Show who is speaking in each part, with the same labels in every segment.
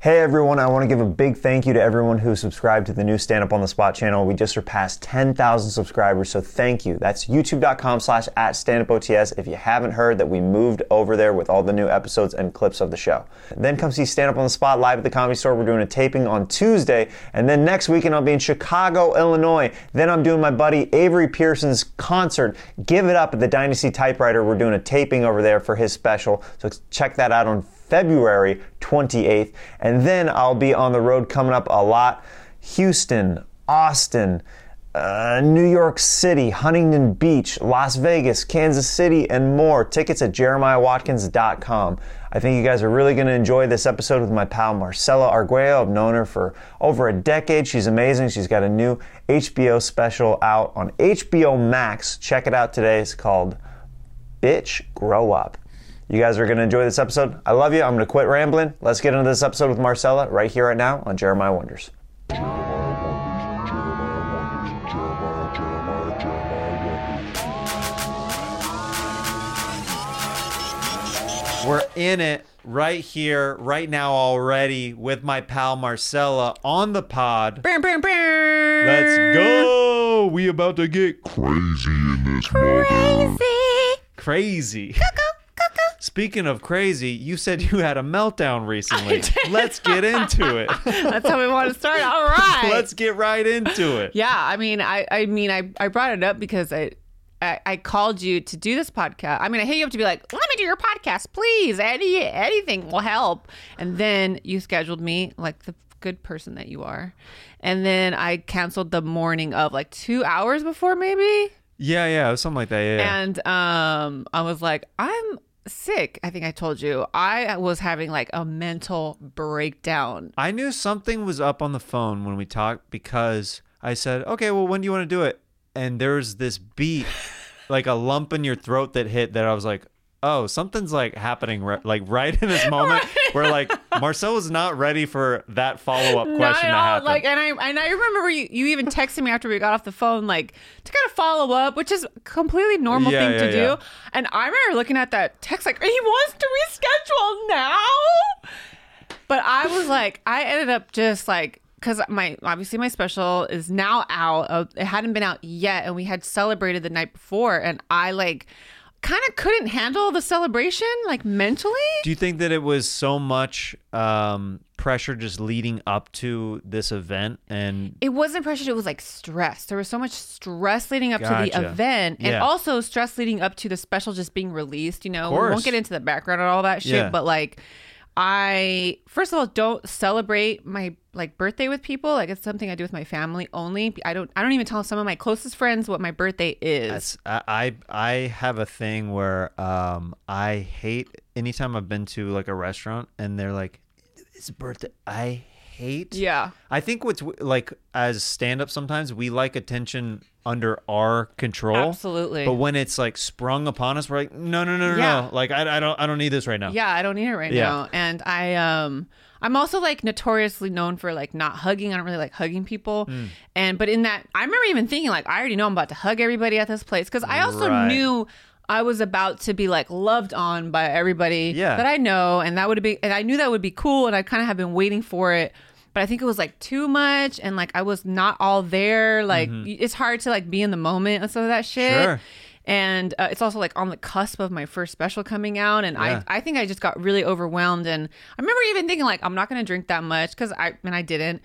Speaker 1: Hey everyone, I want to give a big thank you to everyone who subscribed to the new Stand Up on the Spot channel. We just surpassed 10,000 subscribers, so thank you. That's youtube.com slash at standupots if you haven't heard that we moved over there with all the new episodes and clips of the show. Then come see Stand Up on the Spot live at the Comedy Store. We're doing a taping on Tuesday, and then next weekend I'll be in Chicago, Illinois. Then I'm doing my buddy Avery Pearson's concert, Give It Up at the Dynasty Typewriter. We're doing a taping over there for his special, so check that out on February 28th. And then I'll be on the road coming up a lot Houston, Austin, uh, New York City, Huntington Beach, Las Vegas, Kansas City, and more. Tickets at jeremiahwatkins.com. I think you guys are really going to enjoy this episode with my pal Marcela Arguello. I've known her for over a decade. She's amazing. She's got a new HBO special out on HBO Max. Check it out today. It's called Bitch Grow Up. You guys are going to enjoy this episode. I love you. I'm going to quit rambling. Let's get into this episode with Marcella right here, right now on Jeremiah Wonders.
Speaker 2: We're in it right here, right now already with my pal Marcella on the pod. Let's go. We about to get
Speaker 3: crazy in this mother.
Speaker 2: crazy. Speaking of crazy, you said you had a meltdown recently.
Speaker 4: did.
Speaker 2: Let's get into it.
Speaker 4: That's how we want to start. All right.
Speaker 2: Let's get right into it.
Speaker 4: yeah, I mean, I, I mean, I, I brought it up because I, I, I called you to do this podcast. I mean, I hit you up to be like, let me do your podcast, please. Any, anything will help. And then you scheduled me like the good person that you are. And then I canceled the morning of like two hours before maybe.
Speaker 2: Yeah, yeah, something like that. Yeah. yeah.
Speaker 4: And um, I was like, I'm sick. I think I told you. I was having like a mental breakdown.
Speaker 2: I knew something was up on the phone when we talked because I said, "Okay, well, when do you want to do it?" And there's this beat, like a lump in your throat that hit. That I was like, "Oh, something's like happening, right, like right in this moment where like Marcel was not ready for that follow up question
Speaker 4: Not
Speaker 2: to
Speaker 4: at all.
Speaker 2: happen."
Speaker 4: Like, and I and I remember you, you even texted me after we got off the phone, like to kind of follow up, which is a completely normal
Speaker 2: Yeah,
Speaker 4: thing to
Speaker 2: yeah,
Speaker 4: do.
Speaker 2: yeah.
Speaker 4: And I remember looking at that text, like he wants to reschedule now. But I was like, I ended up just like. Because my obviously my special is now out. Uh, It hadn't been out yet, and we had celebrated the night before, and I like kind of couldn't handle the celebration like mentally.
Speaker 2: do you think that it was so much um, pressure just leading up to this event and
Speaker 4: it wasn't pressure it was like stress there was so much stress leading up to
Speaker 2: Gotcha.
Speaker 4: the event and
Speaker 2: Yeah.
Speaker 4: also stress leading up to the special just being released you know we
Speaker 2: course.
Speaker 4: won't get into the background and all that shit
Speaker 2: Yeah.
Speaker 4: but like i first of all don't celebrate my like birthday with people like it's something i do with my family only i don't i don't even tell some of my closest friends what my birthday is
Speaker 2: That's I I I have a thing where um I hate anytime I've been to like a restaurant and they're like it's a birthday. I hate.
Speaker 4: yeah
Speaker 2: I think what's w- like as stand up sometimes we like attention under our control.
Speaker 4: Absolutely.
Speaker 2: But when it's like sprung upon us, we're like no no no no
Speaker 4: Yeah.
Speaker 2: no. Like I, I don't I don't need this right now.
Speaker 4: Yeah, I don't need it right
Speaker 2: Yeah.
Speaker 4: now. And I um I'm also like notoriously known for like not hugging. I don't really like hugging people.
Speaker 2: Mm.
Speaker 4: And but in that I remember even thinking like I already know I'm about to hug everybody at this place cuz I also
Speaker 2: Right.
Speaker 4: knew I was about to be like loved on by everybody
Speaker 2: Yeah.
Speaker 4: that I know and that would be and I knew that would be cool and I kind of have been waiting for it. But I think it was like too much and like I was not all there. Like y- it's hard to like be in the moment and some of that shit
Speaker 2: Mm-hmm. Sure.
Speaker 4: and uh, it's also like on the cusp of my first special coming out and
Speaker 2: Yeah.
Speaker 4: I, I think i just got really overwhelmed and i remember even thinking like i'm not going to drink that much because i and i didn't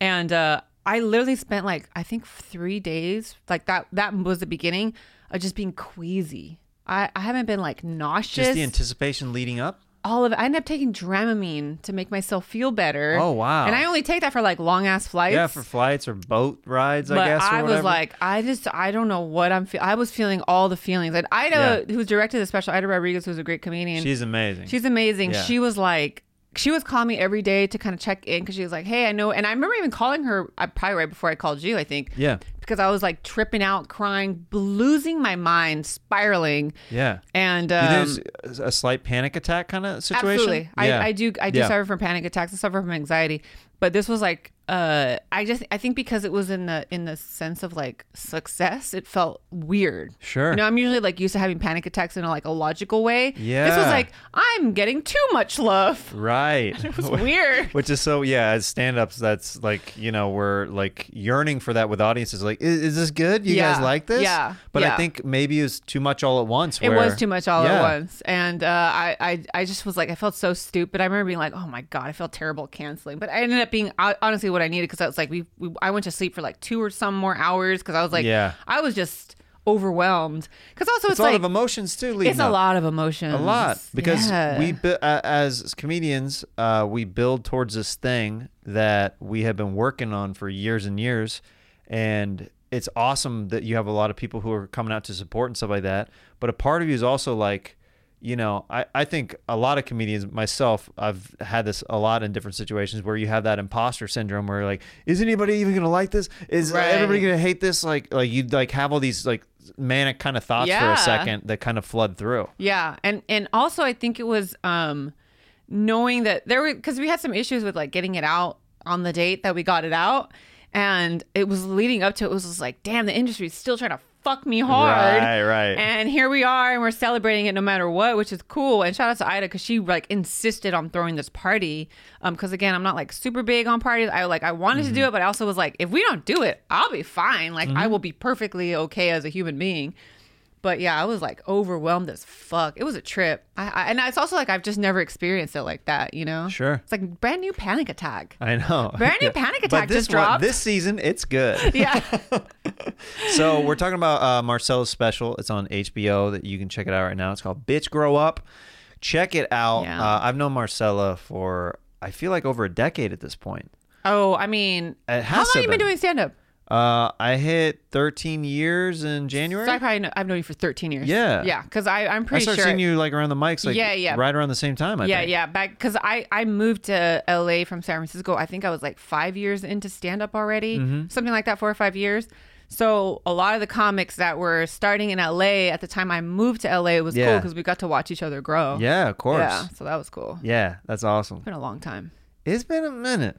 Speaker 4: and uh, i literally spent like i think three days like that that was the beginning of just being queasy i, I haven't been like nauseous
Speaker 2: Just the anticipation leading up.
Speaker 4: all of it i ended up taking dramamine to make myself feel better
Speaker 2: Oh, wow.
Speaker 4: and i only take that for like long ass flights
Speaker 2: yeah, for flights or boat rides,
Speaker 4: but
Speaker 2: I guess. Or
Speaker 4: I was
Speaker 2: whatever.
Speaker 4: like, I just, I don't know what I'm feeling. I was feeling all the feelings. And Ida, who's directed the special, Ida Rodriguez, who's a great comedian,
Speaker 2: she's amazing.
Speaker 4: she's amazing.
Speaker 2: Yeah.
Speaker 4: She was like, she was calling me every day to kind of check in because she was like, hey, I know. And I remember even calling her I probably right before I called you, I think.
Speaker 2: Yeah.
Speaker 4: Because I was like tripping out, crying, losing my mind, spiraling.
Speaker 2: yeah.
Speaker 4: And
Speaker 2: Do
Speaker 4: um,
Speaker 2: you think there's a slight panic attack kind of situation.
Speaker 4: Absolutely. I, I do I do
Speaker 2: Yeah.
Speaker 4: suffer from panic attacks. I suffer from anxiety. But this was like uh i just i think because it was in the in the sense of like success it felt weird
Speaker 2: Sure.
Speaker 4: you know i'm usually like used to having panic attacks in a, like a logical way this was
Speaker 2: Yeah.
Speaker 4: like i'm getting too much love
Speaker 2: Right.
Speaker 4: it was weird
Speaker 2: Which is so yeah, as stand-ups, that's like you know we're like yearning for that with audiences. Like, is, is this good? You
Speaker 4: Yeah.
Speaker 2: guys like this?
Speaker 4: Yeah.
Speaker 2: But
Speaker 4: Yeah.
Speaker 2: I think maybe it was too much all at once.
Speaker 4: it
Speaker 2: where-
Speaker 4: was too much all at
Speaker 2: Yeah.
Speaker 4: once and uh I, I i just was like i felt so stupid i remember being like oh my god i felt terrible canceling but i ended up being uh, honestly what i needed because i was like we, we i went to sleep for like two or some more hours because i was like
Speaker 2: Yeah.
Speaker 4: i was just overwhelmed because also it's,
Speaker 2: It's a
Speaker 4: like
Speaker 2: lot of emotions too. Leading
Speaker 4: it's a
Speaker 2: up.
Speaker 4: lot of emotions
Speaker 2: a lot because
Speaker 4: Yeah.
Speaker 2: we bu- uh, as comedians uh, we build towards this thing that we have been working on for years and years and it's awesome that you have a lot of people who are coming out to support and stuff like that but a part of you is also like you know I, I think a lot of comedians myself i've had this a lot in different situations where you have that imposter syndrome where like is anybody even gonna like this is
Speaker 4: Right.
Speaker 2: everybody gonna hate this like like you like have all these like manic kind of thoughts for
Speaker 4: Yeah.
Speaker 2: a second that kind of flood through
Speaker 4: Yeah, and and also I think it was um knowing that there were because we had some issues with like getting it out on the date that we got it out, and it was leading up to it was just like, damn, the industry's still trying to fuck me hard.
Speaker 2: Right, right.
Speaker 4: And here we are, and we're celebrating it no matter what, which is cool. And shout out to Ida because she like insisted on throwing this party. Um, because again, I'm not like super big on parties. I like I wanted to
Speaker 2: Mm-hmm.
Speaker 4: do it, but I also was like, if we don't do it, I'll be fine. Like I will be perfectly okay as a human being. But yeah, I was like overwhelmed as fuck. It was a trip. I, I and it's also like I've just never experienced it like that. You know?
Speaker 2: Sure.
Speaker 4: It's like brand new panic attack.
Speaker 2: I know.
Speaker 4: Brand new
Speaker 2: Yeah.
Speaker 4: Panic
Speaker 2: But
Speaker 4: Attack
Speaker 2: this
Speaker 4: just dropped.
Speaker 2: this season, it's good.
Speaker 4: Yeah.
Speaker 2: so we're talking about uh, Marcella's special. It's on HBO that you can check it out right now. It's called "Bitch Grow Up." Check it out.
Speaker 4: Yeah.
Speaker 2: Uh, I've known Marcella for I feel like over a decade at this point.
Speaker 4: oh, I mean,
Speaker 2: It
Speaker 4: how long
Speaker 2: has to
Speaker 4: have you been
Speaker 2: been.
Speaker 4: doing stand up?
Speaker 2: Uh, I hit 13 years in January.
Speaker 4: So I probably know, I've known you for 13 years.
Speaker 2: Yeah.
Speaker 4: Yeah. Because I'm
Speaker 2: I
Speaker 4: pretty
Speaker 2: started
Speaker 4: sure.
Speaker 2: seeing you like around the mics, like
Speaker 4: Yeah, yeah.
Speaker 2: right around the same time. I
Speaker 4: yeah,
Speaker 2: think.
Speaker 4: yeah. Back because I I moved to LA from San Francisco. I think I was like five years into stand up already,
Speaker 2: Mm-hmm.
Speaker 4: something like that, four or five years. So a lot of the comics that were starting in LA at the time I moved to LA was cool 'cause cool
Speaker 2: Yeah.
Speaker 4: because we got to watch each other grow.
Speaker 2: yeah, of course.
Speaker 4: Yeah. So that was cool.
Speaker 2: yeah, that's awesome.
Speaker 4: Been a long time.
Speaker 2: It's been a minute.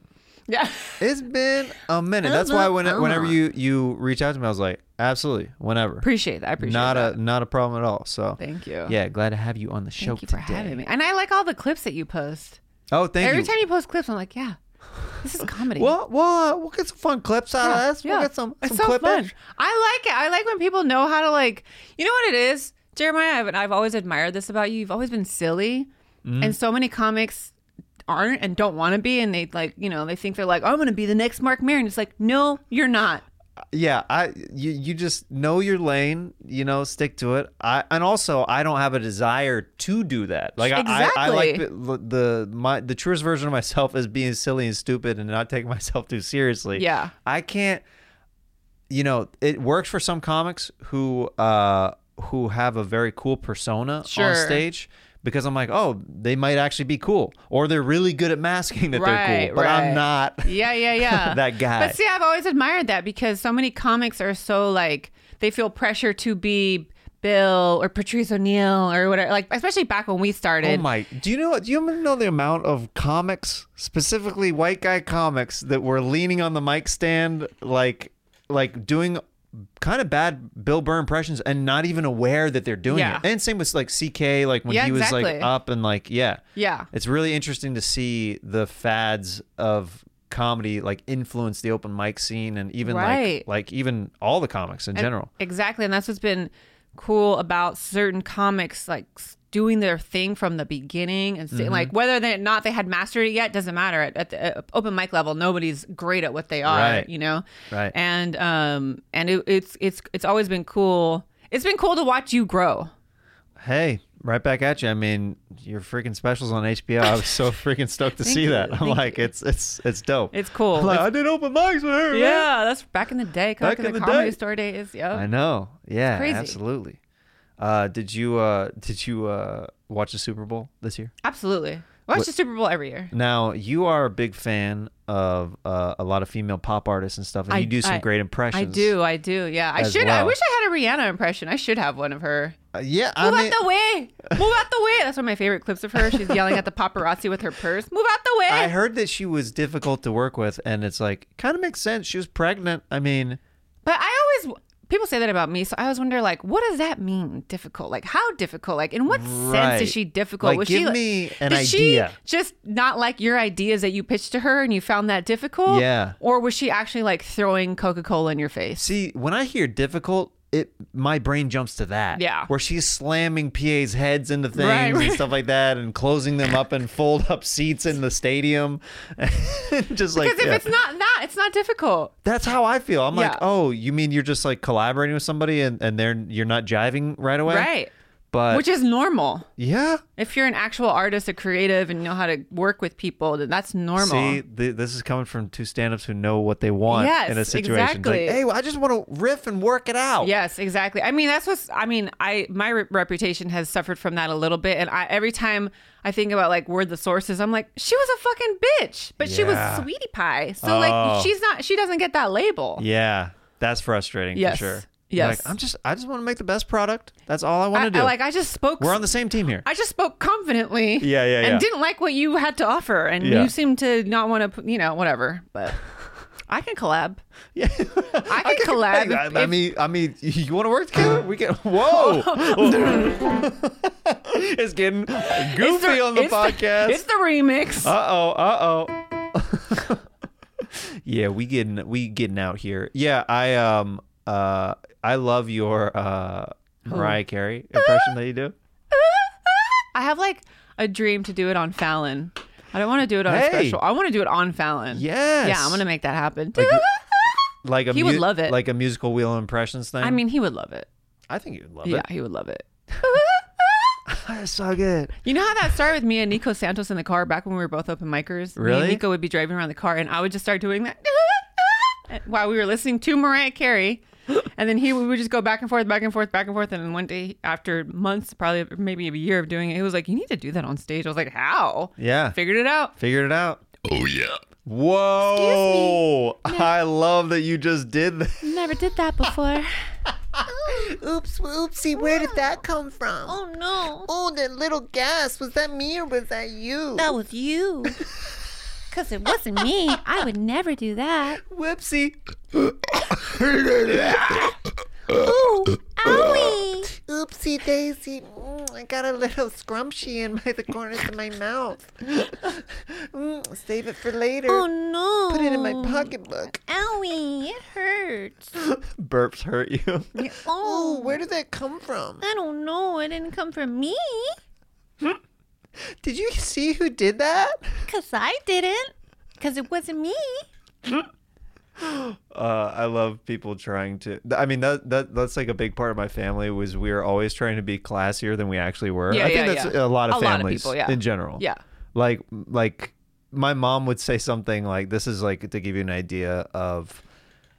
Speaker 4: Yeah.
Speaker 2: It's been a minute. That's why when, whenever you you reach out to me, I was like, absolutely, whenever.
Speaker 4: Appreciate that. I appreciate
Speaker 2: not
Speaker 4: that.
Speaker 2: a not a problem at all. So
Speaker 4: Thank you.
Speaker 2: Yeah, glad to have you on the show
Speaker 4: Thank you for
Speaker 2: today.
Speaker 4: having me. And I like all the clips that you post.
Speaker 2: Oh, thank
Speaker 4: Every
Speaker 2: you.
Speaker 4: time you post clips, I'm like, yeah, this is comedy.
Speaker 2: Well, well, uh, we'll get some fun clips out of this. We'll get some
Speaker 4: It's
Speaker 2: some
Speaker 4: so
Speaker 2: clip
Speaker 4: fun.
Speaker 2: in.
Speaker 4: I like it. I like when people know how to like. You know what it is, Jeremiah. I've, I've always admired this about you. You've always been silly,
Speaker 2: Mm-hmm.
Speaker 4: and so many comics aren't and don't want to be, and they like you know they think they're like "Oh, I'm gonna be the next Mark Maron. It's like no, you're not.
Speaker 2: Yeah, I you you just know your lane. You know, stick to it. I and also I don't have a desire to do that. Like I- I, I like
Speaker 4: Exactly.
Speaker 2: the, the my the truest version of myself is being silly and stupid and not taking myself too seriously.
Speaker 4: Yeah.
Speaker 2: I can't. you know, it works for some comics who uh who have a very cool persona
Speaker 4: Sure.
Speaker 2: on stage because I'm like, oh, they might actually be cool, or they're really good at masking that they're
Speaker 4: Right,
Speaker 2: cool, but
Speaker 4: right.
Speaker 2: I'm not.
Speaker 4: Yeah, yeah, yeah.
Speaker 2: That guy.
Speaker 4: But see, I've always admired that because so many comics are so like they feel pressure to be Bill or Patrice O'Neill or whatever. Like especially back when we
Speaker 2: Oh
Speaker 4: started.
Speaker 2: my! Do you know? Do you know the amount of comics, specifically white guy comics, that were leaning on the mic stand, like, like doing kind of bad Bill Burr impressions, and not even aware that they're doing
Speaker 4: Yeah.
Speaker 2: it. And same with like CK, like when
Speaker 4: Yeah,
Speaker 2: he was
Speaker 4: exactly.
Speaker 2: like up and like yeah,
Speaker 4: Yeah.
Speaker 2: It's really interesting to see the fads of comedy like influence the open mic scene and even
Speaker 4: Right.
Speaker 2: like like even all the comics in general.
Speaker 4: Exactly, and that's what's been cool about certain comics, like s- doing their thing from the beginning, and
Speaker 2: Mm-hmm.
Speaker 4: see, like whether they not they had mastered it yet doesn't matter. At, at the uh, open mic level, nobody's great at what they are,
Speaker 2: Right.
Speaker 4: you know.
Speaker 2: Right.
Speaker 4: And um, and it, it's it's it's always been cool. It's been cool to watch you grow.
Speaker 2: Hey, right back at you. I mean, your freaking specials on HBO. I was so freaking stoked to see
Speaker 4: you,
Speaker 2: that. I'm
Speaker 4: thank
Speaker 2: like, it's it's it's dope.
Speaker 4: It's cool.
Speaker 2: I'm like, I did open mics with her. man.
Speaker 4: yeah, that's back in the day. Back, in the, comedy
Speaker 2: day.
Speaker 4: store days. Yeah.
Speaker 2: I know. Yeah,
Speaker 4: crazy.
Speaker 2: absolutely. Uh, did you uh, did you uh, watch the Super Bowl this year?
Speaker 4: Absolutely. Watch the Super Bowl every year.
Speaker 2: Now you are a big fan of uh, a lot of female pop artists and stuff, and
Speaker 4: I-
Speaker 2: you do some
Speaker 4: I-
Speaker 2: great impressions.
Speaker 4: I do, I do. Yeah, I
Speaker 2: As
Speaker 4: should. I
Speaker 2: well.
Speaker 4: wish I had a Rihanna impression. I should have one of her.
Speaker 2: Uh, yeah, I
Speaker 4: Move
Speaker 2: mean,
Speaker 4: out the way! Move out the way! That's one of my favorite clips of her. She's yelling at the paparazzi with her purse. Move out the way!
Speaker 2: I heard that she was difficult to work with, and it's like kind of makes sense. She was pregnant. I mean,
Speaker 4: But I always people say that about me, so I always wonder like, what does that mean? Difficult? Like how difficult? Like in what sense
Speaker 2: Right.
Speaker 4: is she difficult?
Speaker 2: Like,
Speaker 4: Was
Speaker 2: give
Speaker 4: she like-
Speaker 2: me an
Speaker 4: did
Speaker 2: idea.
Speaker 4: she just not like your ideas that you pitched to her and you found that difficult?
Speaker 2: Yeah.
Speaker 4: Or was she actually like throwing Coca Cola in your face?
Speaker 2: see, when I hear difficult, it my brain jumps to that.
Speaker 4: Yeah.
Speaker 2: where she's slamming PA's heads into things
Speaker 4: Right, right.
Speaker 2: and stuff like that, and closing them up and fold up seats in the stadium. Just like
Speaker 4: Because if
Speaker 2: yeah.
Speaker 4: it's not that, it's not difficult.
Speaker 2: That's how I feel. I'm
Speaker 4: Yeah.
Speaker 2: like, oh, you mean you're just like collaborating with somebody and, and they're you're not jiving right away?
Speaker 4: Right.
Speaker 2: But
Speaker 4: Which is normal.
Speaker 2: yeah.
Speaker 4: If you're an actual artist, a creative, and you know how to work with people, then that's normal.
Speaker 2: See, th- this is coming from two stand-ups who know what they want
Speaker 4: Yes,
Speaker 2: in a situation.
Speaker 4: exactly.
Speaker 2: Like, hey, well, I just want to riff and work it out.
Speaker 4: Yes, exactly. I mean, that's what's. I mean, I my re- reputation has suffered from that a little bit, and I every time I think about like where the source is, I'm like, she was a fucking bitch, but she
Speaker 2: Yeah.
Speaker 4: was sweetie pie. So
Speaker 2: Oh.
Speaker 4: like, she's not. She doesn't get that label.
Speaker 2: Yeah. That's frustrating
Speaker 4: Yes.
Speaker 2: for sure.
Speaker 4: Yes.
Speaker 2: Like, I'm just I just want to make the best product. That's all I want
Speaker 4: I,
Speaker 2: to do.
Speaker 4: I- like I just spoke.
Speaker 2: We're on the same team here.
Speaker 4: I just spoke confidently.
Speaker 2: Yeah, yeah, yeah.
Speaker 4: And didn't like what you had to offer, and
Speaker 2: Yeah.
Speaker 4: you seemed to not want to. You know, whatever. But I can collab.
Speaker 2: yeah.
Speaker 4: I can collab.
Speaker 2: I,
Speaker 4: if-
Speaker 2: I
Speaker 4: if-
Speaker 2: mean, I mean, you want to work together? We can. Whoa! it's getting
Speaker 4: it's
Speaker 2: goofy
Speaker 4: the-
Speaker 2: on the
Speaker 4: it's
Speaker 2: podcast.
Speaker 4: it's the remix.
Speaker 2: Uh oh, uh oh. yeah, we getting we getting out here. Yeah, I um uh I love your uh Mariah Carey impression that you do.
Speaker 4: I have like a dream to do it on Fallon. I don't want to do it on a
Speaker 2: Hey.
Speaker 4: special. I want to do it on Fallon.
Speaker 2: Yes.
Speaker 4: Yeah, I'm gonna make that happen.
Speaker 2: like a
Speaker 4: He would love it.
Speaker 2: Like a musical wheel impressions thing.
Speaker 4: I mean, he would love it.
Speaker 2: I think you'd love
Speaker 4: Yeah,
Speaker 2: it.
Speaker 4: he would love it.
Speaker 2: That's so good.
Speaker 4: You know how that started with me and Nico Santos in the car back when we were both open micers? Me and
Speaker 2: Really?
Speaker 4: Nico would be driving around the car and I would just start doing that while we were listening to Mariah Carey. And then he we would just go back and forth, back and forth, back and forth. And then one day, after months, probably maybe a year of doing it, he was like, You need to do that on stage. I was like, How?
Speaker 2: Yeah.
Speaker 4: Figured it out.
Speaker 2: Figured it out.
Speaker 3: Oh yeah.
Speaker 2: Whoa! I love that you just did that.
Speaker 4: Never did that before.
Speaker 5: Oops, oopsie, where did that come from?
Speaker 6: Oh no,
Speaker 5: Oh, that little gas. Was that me or was that you?
Speaker 6: that was you. Cause it wasn't me. I would never do that.
Speaker 2: Whoopsie.
Speaker 6: Ooh, owie.
Speaker 5: Oopsie daisy. Mm, I got a little scrumptious in by the corners of my mouth. Mm, save it for later.
Speaker 6: Oh no.
Speaker 5: Put it in my pocketbook.
Speaker 6: Owie, it hurts.
Speaker 2: Burps hurt you.
Speaker 5: Oh,
Speaker 6: Oh,
Speaker 5: where did that come from?
Speaker 6: I don't know. It didn't come from me.
Speaker 5: Did you see who did that?
Speaker 6: Cause I didn't. Cause it wasn't me.
Speaker 2: Uh, I love people trying to. I mean, that that that's like a big part of my family was we were always trying to be classier than we actually were.
Speaker 4: Yeah,
Speaker 2: I think
Speaker 4: yeah,
Speaker 2: that's
Speaker 4: yeah.
Speaker 2: a lot of
Speaker 4: A lot of
Speaker 2: families
Speaker 4: people, yeah.
Speaker 2: in general.
Speaker 4: Yeah.
Speaker 2: like like my mom would say something like, "This is like to give you an idea of."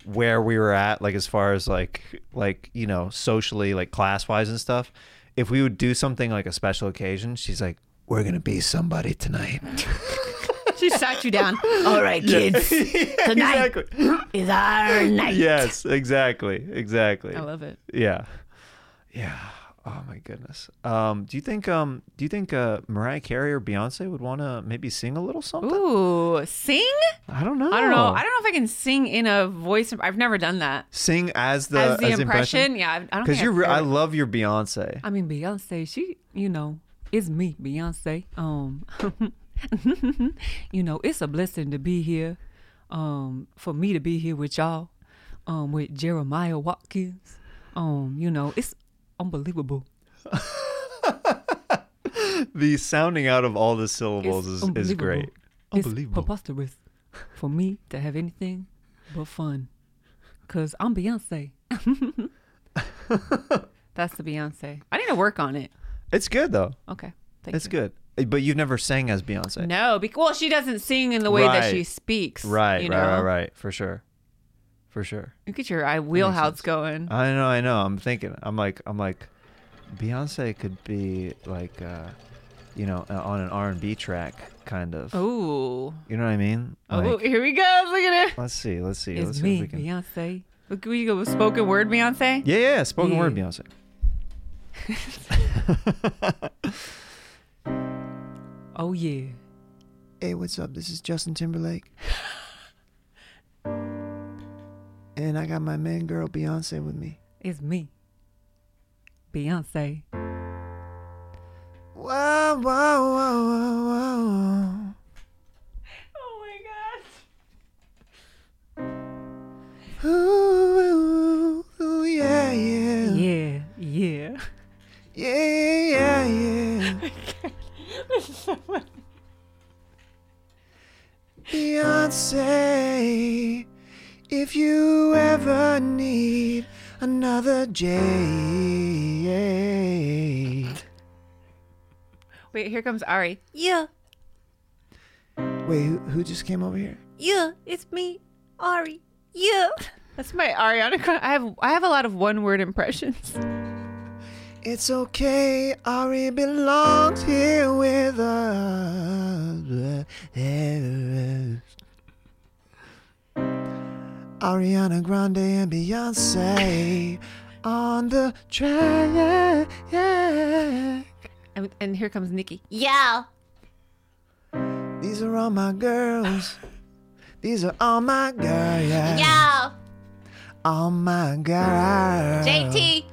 Speaker 2: where we were at like as far as like like you know socially like class wise and stuff if we would do something like a special occasion she's like we're gonna be somebody tonight
Speaker 4: She sat you down.
Speaker 7: All right, kids. Tonight is our night.
Speaker 2: yes exactly exactly
Speaker 4: I love it.
Speaker 2: Yeah. Yeah. Oh my goodness. Um, do you think um do you think uh Mariah Carey or Beyonce would wanna maybe sing a little something?
Speaker 4: Ooh, sing?
Speaker 2: I don't know.
Speaker 4: I don't know.
Speaker 7: Oh.
Speaker 4: I don't know if I can sing in a voice. I've never done that.
Speaker 2: sing as the
Speaker 4: as the impression, yeah. I I don't
Speaker 2: Because
Speaker 4: think
Speaker 2: you're
Speaker 4: I've
Speaker 2: re-
Speaker 4: heard
Speaker 2: I
Speaker 4: it.
Speaker 2: love your Beyonce.
Speaker 4: I mean, Beyonce. She, you know, is me, Beyonce. Um, you know, it's a blessing to be here. Um, for me to be here with y'all, um, with Jeremiah Watkins. Um, you know, it's unbelievable.
Speaker 2: The sounding out of all the syllables
Speaker 4: It's
Speaker 2: is, is great.
Speaker 4: It's preposterous for me to have anything but fun. Cause I'm Beyonce. That's the Beyonce. I need to work on it.
Speaker 2: It's good though.
Speaker 4: Okay. Thank
Speaker 2: It's
Speaker 4: you.
Speaker 2: good. Eh, But you've never sang as Beyonce.
Speaker 4: No, because well, she doesn't sing in the way that she
Speaker 2: Right.
Speaker 4: speaks.
Speaker 2: Right,
Speaker 4: you know?
Speaker 2: right, right, right. For sure. For sure.
Speaker 4: Look at your eye wheelhouse going.
Speaker 2: I know, I know. I'm thinking. I'm like, I'm like, Beyonce could be like, uh, you know, uh, on an R and B track, kind of.
Speaker 4: Ooh.
Speaker 2: You know what I mean?
Speaker 4: oh,
Speaker 2: Like,
Speaker 4: here we go. Look at it.
Speaker 2: let's see. Let's see. let's
Speaker 4: It's
Speaker 2: see
Speaker 4: me,
Speaker 2: if we can. Yeah,
Speaker 4: Beyonce. Look, we go with spoken word, Beyonce.
Speaker 2: yeah. yeah, Spoken word,
Speaker 4: Yeah.
Speaker 2: Beyonce.
Speaker 4: Oh yeah.
Speaker 5: Hey, what's up? This is Justin Timberlake. and I got my man girl Beyonce with me.
Speaker 4: It's me, Beyonce.
Speaker 5: Whoa, whoa, whoa, whoa, whoa, whoa.
Speaker 4: Oh my gosh.
Speaker 5: Ooh, ooh, ooh, yeah, yeah.
Speaker 4: Yeah, yeah.
Speaker 5: Yeah, yeah, yeah. Beyonce, if you ever need another Jade.
Speaker 4: Wait, here comes Ari.
Speaker 6: Yeah,
Speaker 5: Wait, who, who just came over here?
Speaker 6: yeah, it's me, Ari. Yeah.
Speaker 4: That's my Ariana. Grande- I have I have a lot of one word impressions.
Speaker 5: It's okay, Ari belongs here with us. Ariana Grande and Beyonce on the track.
Speaker 4: And, and here comes Nikki.
Speaker 6: Yeah.
Speaker 5: These are all my girls. These are all my girls. Yeah.
Speaker 6: Yeah.
Speaker 5: All my girls.
Speaker 6: JT.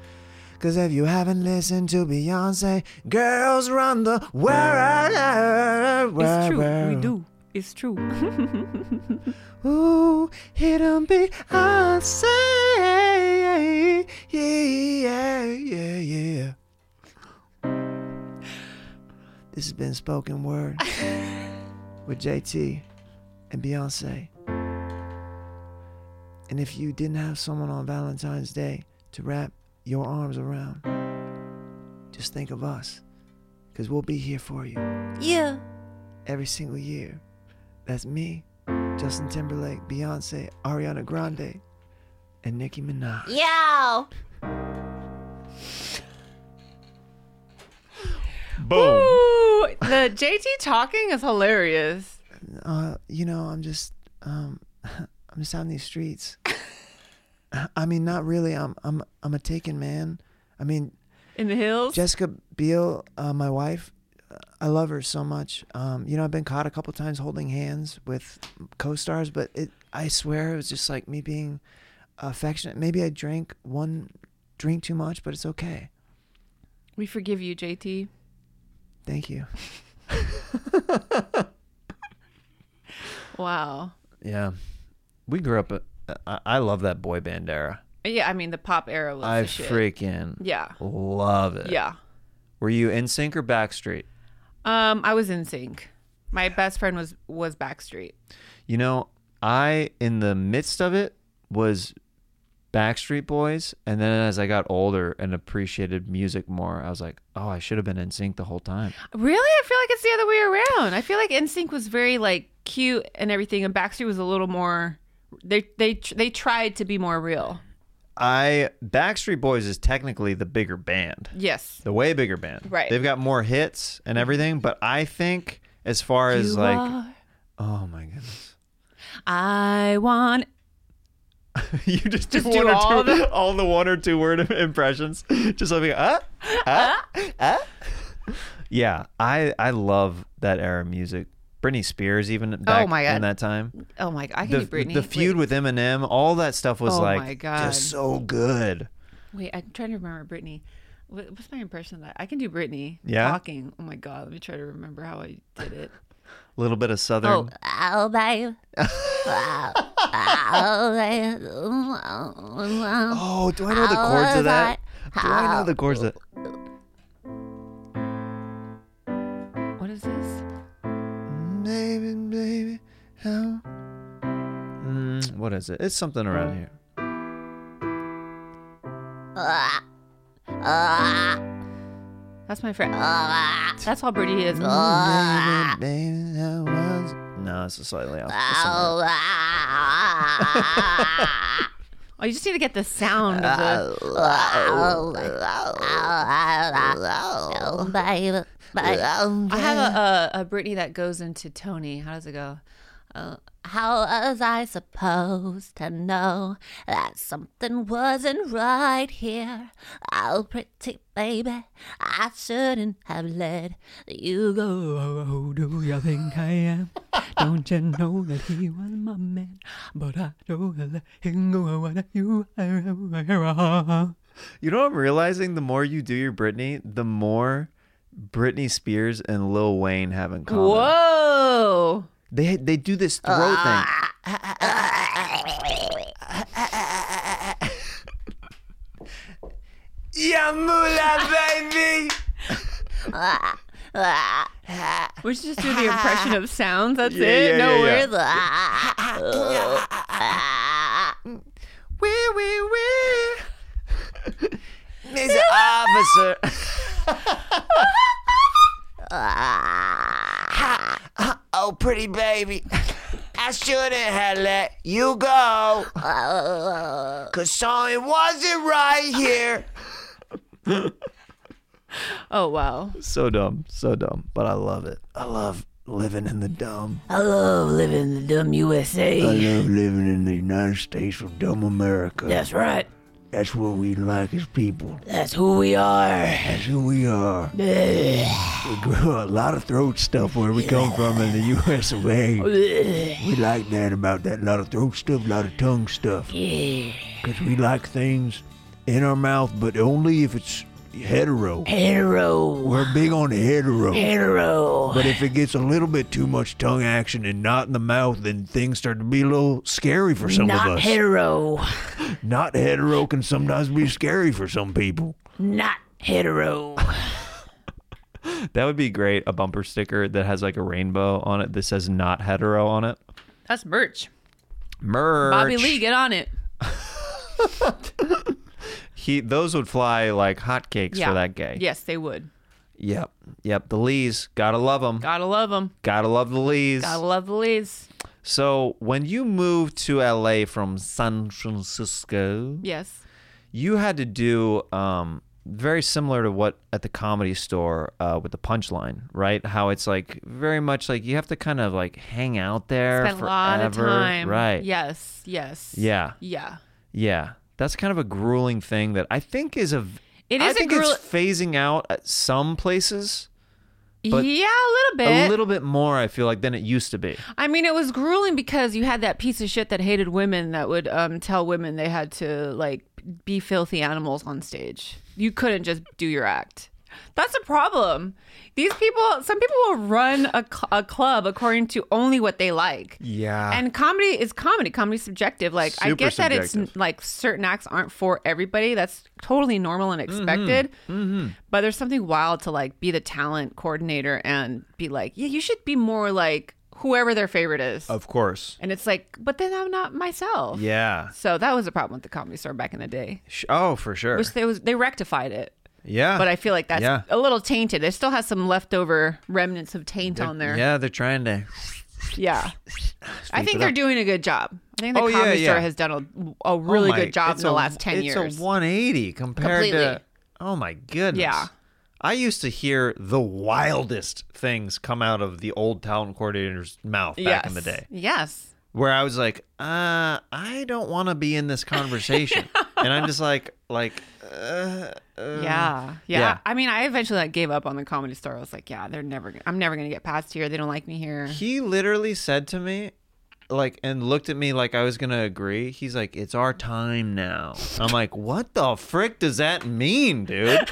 Speaker 5: Cause if you haven't listened to Beyonce, girls run the world.
Speaker 4: It's true. We do. It's true.
Speaker 5: Ooh, hit 'em Beyonce. Yeah, yeah, yeah. This has been Spoken Word with JT and Beyonce. And if you didn't have someone on Valentine's Day to wrap your arms around, just think of us, because we'll be here for you
Speaker 6: Yeah.
Speaker 5: every single year. That's me, Justin Timberlake, Beyonce, Ariana Grande, and Nicki Minaj.
Speaker 6: Yeah.
Speaker 2: Boom.
Speaker 4: Ooh, the JT talking is hilarious.
Speaker 5: Uh, you know, I'm just, um, I'm just out in these streets. I mean, not really. I'm, I'm, I'm a taken man. I mean,
Speaker 4: In the hills.
Speaker 5: Jessica Biel, uh, my wife, I love her so much. Um, you know, I've been caught a couple times holding hands with co-stars, but it, I swear it was just like me being affectionate. Maybe I drank one drink too much, but it's okay.
Speaker 4: we forgive you, JT.
Speaker 5: Thank you.
Speaker 4: Wow.
Speaker 2: Yeah. We grew up. uh, I, I love that boy Bandera.
Speaker 4: Yeah, I mean the pop era was
Speaker 2: I
Speaker 4: the shit.
Speaker 2: freaking
Speaker 4: Yeah.
Speaker 2: love it.
Speaker 4: Yeah.
Speaker 2: Were you in sync or Backstreet?
Speaker 4: Um, I was in sync. My best friend was was Backstreet.
Speaker 2: You know, I in the midst of it was Backstreet Boys, and then as I got older and appreciated music more, I was like, oh, I should have been in sync the whole time.
Speaker 4: Really, I feel like it's the other way around. I feel like NSYNC was very like cute and everything, and Backstreet was a little more. They they they tried to be more real.
Speaker 2: I Backstreet Boys is technically the bigger band,
Speaker 4: Yes.
Speaker 2: the way bigger band.
Speaker 4: Right.
Speaker 2: They've got more hits and everything, but I think as far as
Speaker 4: You
Speaker 2: like,
Speaker 4: are-
Speaker 2: oh my goodness,
Speaker 4: I want.
Speaker 2: you just, do
Speaker 4: Just
Speaker 2: one
Speaker 4: do
Speaker 2: or
Speaker 4: all
Speaker 2: two,
Speaker 4: the-
Speaker 2: all the one or two word impressions. Just like ah, ah,
Speaker 4: Uh?
Speaker 2: ah. Yeah, I I love that era of music. Britney Spears, even back
Speaker 4: Oh my God.
Speaker 2: in that time,
Speaker 4: Oh my god, I can
Speaker 2: the,
Speaker 4: do Britney.
Speaker 2: the feud
Speaker 4: Wait,
Speaker 2: with Eminem, all that stuff was
Speaker 4: Oh
Speaker 2: like
Speaker 4: my God.
Speaker 2: just so good.
Speaker 4: Wait, I'm trying to remember Britney. What, what's my impression of that? I can do Britney.
Speaker 2: Yeah?
Speaker 4: Talking. Oh my god, let me try to remember how I did it.
Speaker 2: A little bit of southern.
Speaker 6: Oh, oh, babe. oh, babe. Oh,
Speaker 5: Oh, do I know the chords of that? Do I know the chords of that?
Speaker 4: What is this?
Speaker 5: Baby, baby, how?
Speaker 2: Mm, what is it? It's something around here.
Speaker 4: That's my friend. That's how Britney is. Oh,
Speaker 5: Baby, baby, how was?
Speaker 2: No, it's a slightly off. it's somewhere.
Speaker 4: Oh, you just need to get the sound of the.
Speaker 6: Bye. Bye.
Speaker 4: I have a, a, a Britney that goes into Tony. How does it go? Uh,
Speaker 6: How was I supposed to know that something wasn't right here? Oh, pretty baby, I shouldn't have let you go.
Speaker 7: Who do you think I am? Don't you know that he was my man? But I don't let him go. What you
Speaker 2: You know what I'm realizing? The more you do your Britney, the more Britney Spears and Lil Wayne have in common.
Speaker 4: Whoa.
Speaker 2: They they do this throat
Speaker 5: Ah.
Speaker 2: thing. Yamula baby.
Speaker 4: We should just do the impression of sounds. That's
Speaker 2: Yeah,
Speaker 4: it.
Speaker 2: yeah,
Speaker 4: no
Speaker 2: yeah, yeah.
Speaker 4: words.
Speaker 2: Wee wee wee. Mr. Officer. oh, pretty baby. I shouldn't have let you go. Cause something wasn't right here.
Speaker 4: Oh, wow.
Speaker 2: So dumb, so dumb, but I love it. I love living in the dumb.
Speaker 7: I love living in the dumb USA.
Speaker 5: love living in the United States of dumb America.
Speaker 7: That's right.
Speaker 5: That's what we like as people.
Speaker 7: That's who we are.
Speaker 5: That's who we are. we grow a lot of throat stuff where we come from in the U.S. of A. we like that about that. A lot of throat stuff, a lot of tongue stuff.
Speaker 7: Yeah.
Speaker 5: Because we like things in our mouth, but only if it's hetero.
Speaker 7: Hetero.
Speaker 5: We're big on hetero.
Speaker 7: Hetero.
Speaker 5: But if it gets a little bit too much tongue action and not in the mouth, then things start to be a little scary for some
Speaker 7: Not
Speaker 5: of us.
Speaker 7: hetero.
Speaker 5: not hetero can sometimes be scary for some people.
Speaker 7: Not hetero.
Speaker 2: That would be great. A bumper sticker that has like a rainbow on it that says not hetero on it.
Speaker 4: That's merch.
Speaker 2: Merch.
Speaker 4: Bobby Lee, get on it.
Speaker 2: He those would fly like hotcakes
Speaker 4: Yeah.
Speaker 2: for that gay.
Speaker 4: Yes, they would.
Speaker 2: Yep. Yep. The Lees. Gotta love them.
Speaker 4: Gotta love them.
Speaker 2: Gotta love the Lees.
Speaker 4: Gotta love the Lees.
Speaker 2: so when you moved to LA from San Francisco,
Speaker 4: Yes.
Speaker 2: you had to do um, very similar to what at the comedy store uh, with the punchline, right? How it's like very much like you have to kind of like hang out there
Speaker 4: Spent a
Speaker 2: forever,
Speaker 4: lot of time.
Speaker 2: right?
Speaker 4: Yes. Yes.
Speaker 2: Yeah.
Speaker 4: Yeah.
Speaker 2: Yeah. That's kind of a grueling thing that I think is a.
Speaker 4: It
Speaker 2: I
Speaker 4: is a
Speaker 2: think
Speaker 4: gruel-
Speaker 2: it's phasing out at some places But-
Speaker 4: yeah, a little bit.
Speaker 2: a little bit more. I feel like than it used to be.
Speaker 4: I mean, it was grueling because you had that piece of shit that hated women that would um, tell women they had to like be filthy animals on stage. You couldn't just do your act. That's a problem. These people, some people will run a, cl- a club according to only what they like.
Speaker 2: Yeah.
Speaker 4: And comedy is comedy. Comedy's subjective. Like I
Speaker 2: Super
Speaker 4: get that it's
Speaker 2: subjective.
Speaker 4: like certain acts aren't for everybody. That's totally normal and
Speaker 2: Mm-hmm.
Speaker 4: expected. But there's something wild to like be the talent coordinator and be like, yeah, you should be more like whoever their favorite is.
Speaker 2: of course.
Speaker 4: and it's like, but then I'm not myself.
Speaker 2: Yeah.
Speaker 4: So that was a problem with the comedy store back in the day.
Speaker 2: Sh- Oh, for sure.
Speaker 4: Which they was they rectified it.
Speaker 2: yeah.
Speaker 4: But I feel like that's
Speaker 2: Yeah.
Speaker 4: a little tainted. It still has some leftover remnants of taint on there.
Speaker 2: Yeah, they're trying to.
Speaker 4: Yeah. I think they're doing a good job. I think the
Speaker 2: Oh, yeah,
Speaker 4: comedy
Speaker 2: yeah.
Speaker 4: store has done a, a really
Speaker 2: Oh my-
Speaker 4: good job in
Speaker 2: it's
Speaker 4: the
Speaker 2: a-
Speaker 4: last 10 years.
Speaker 2: It's a 180 compared to.
Speaker 4: Completely.
Speaker 2: Oh my goodness.
Speaker 4: Yeah.
Speaker 2: I used to hear the wildest things come out of the old town coordinator's mouth back in the
Speaker 4: Yes.
Speaker 2: day,
Speaker 4: Yes.
Speaker 2: where I was like, uh, I don't want to be in this conversation. and I'm just like, like,
Speaker 4: yeah. yeah.
Speaker 2: Um, yeah.
Speaker 4: I mean, I eventually like gave up on the comedy store. I was like, yeah, they're never gonna, I'm never going to get past here. They don't like me here.
Speaker 2: he literally said to me, like, and looked at me like I was going to agree. He's like, it's our time now. I'm like, what the frick does that mean, dude?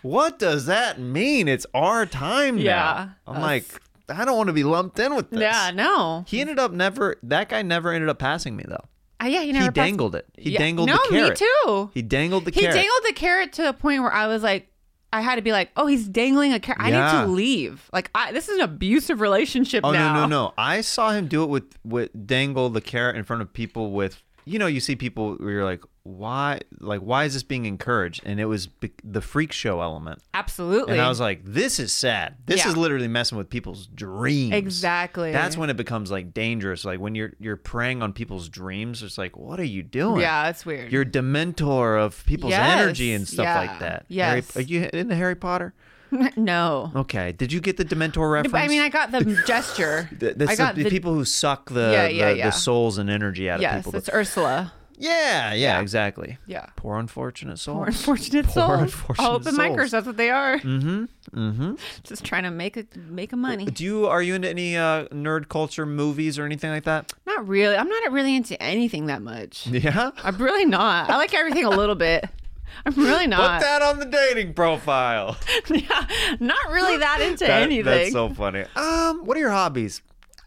Speaker 2: What does that mean? It's our time
Speaker 4: Yeah,
Speaker 2: now. I'm like, I don't want to be lumped in with this.
Speaker 4: Yeah, no.
Speaker 2: He ended up never, that guy never ended up passing me though.
Speaker 4: Uh, yeah, he never
Speaker 2: he
Speaker 4: passed-
Speaker 2: dangled it. He
Speaker 4: Yeah.
Speaker 2: dangled
Speaker 4: no,
Speaker 2: the carrot.
Speaker 4: me too.
Speaker 2: He dangled the
Speaker 4: He
Speaker 2: carrot.
Speaker 4: dangled the carrot to the point where I was like, I had to be like, oh, he's dangling a carrot. I
Speaker 2: Yeah.
Speaker 4: need to leave. Like, I, this is an abusive relationship
Speaker 2: oh,
Speaker 4: now.
Speaker 2: no, no, no. I saw him do it with, with dangle the carrot in front of people with you know, you see people where you're like, why, like, why is this being encouraged? And it was be- the freak show element.
Speaker 4: Absolutely.
Speaker 2: And I was like, this is sad. This
Speaker 4: Yeah.
Speaker 2: is literally messing with people's dreams.
Speaker 4: Exactly.
Speaker 2: That's when it becomes like dangerous. Like when you're you're preying on people's dreams, it's like, what are you doing?
Speaker 4: yeah, it's weird.
Speaker 2: "Oh, You're a dementor of people's
Speaker 4: Yes.
Speaker 2: energy and stuff
Speaker 4: Yeah.
Speaker 2: like that. Harry-
Speaker 4: Yes.
Speaker 2: are you into Harry Potter?
Speaker 4: no.
Speaker 2: Okay. Did you get the dementor reference?
Speaker 4: I mean, I got the gesture.
Speaker 2: Th- that's
Speaker 4: I got
Speaker 2: the,
Speaker 4: the-
Speaker 2: people who suck the,
Speaker 4: Yeah, yeah,
Speaker 2: the,
Speaker 4: yeah.
Speaker 2: the souls and energy out of
Speaker 4: yes,
Speaker 2: people.
Speaker 4: it's Ursula.
Speaker 2: yeah, yeah, exactly.
Speaker 4: Yeah.
Speaker 2: Poor unfortunate souls.
Speaker 4: Poor unfortunate
Speaker 2: Poor
Speaker 4: souls.
Speaker 2: unfortunate
Speaker 4: Open micers,
Speaker 2: souls.
Speaker 4: that's what they are. Mm-hmm. Mm-hmm. Just trying to make a make a money.
Speaker 2: Do you are you into any uh, nerd culture movies or anything like that?
Speaker 4: Not really. I'm not really into anything that much.
Speaker 2: Yeah.
Speaker 4: I'm really not. I like everything a little bit. I'm really
Speaker 2: Put
Speaker 4: not.
Speaker 2: that on the dating profile.
Speaker 4: yeah, not really that into
Speaker 2: That-
Speaker 4: anything.
Speaker 2: That's so funny. Um, what are your hobbies?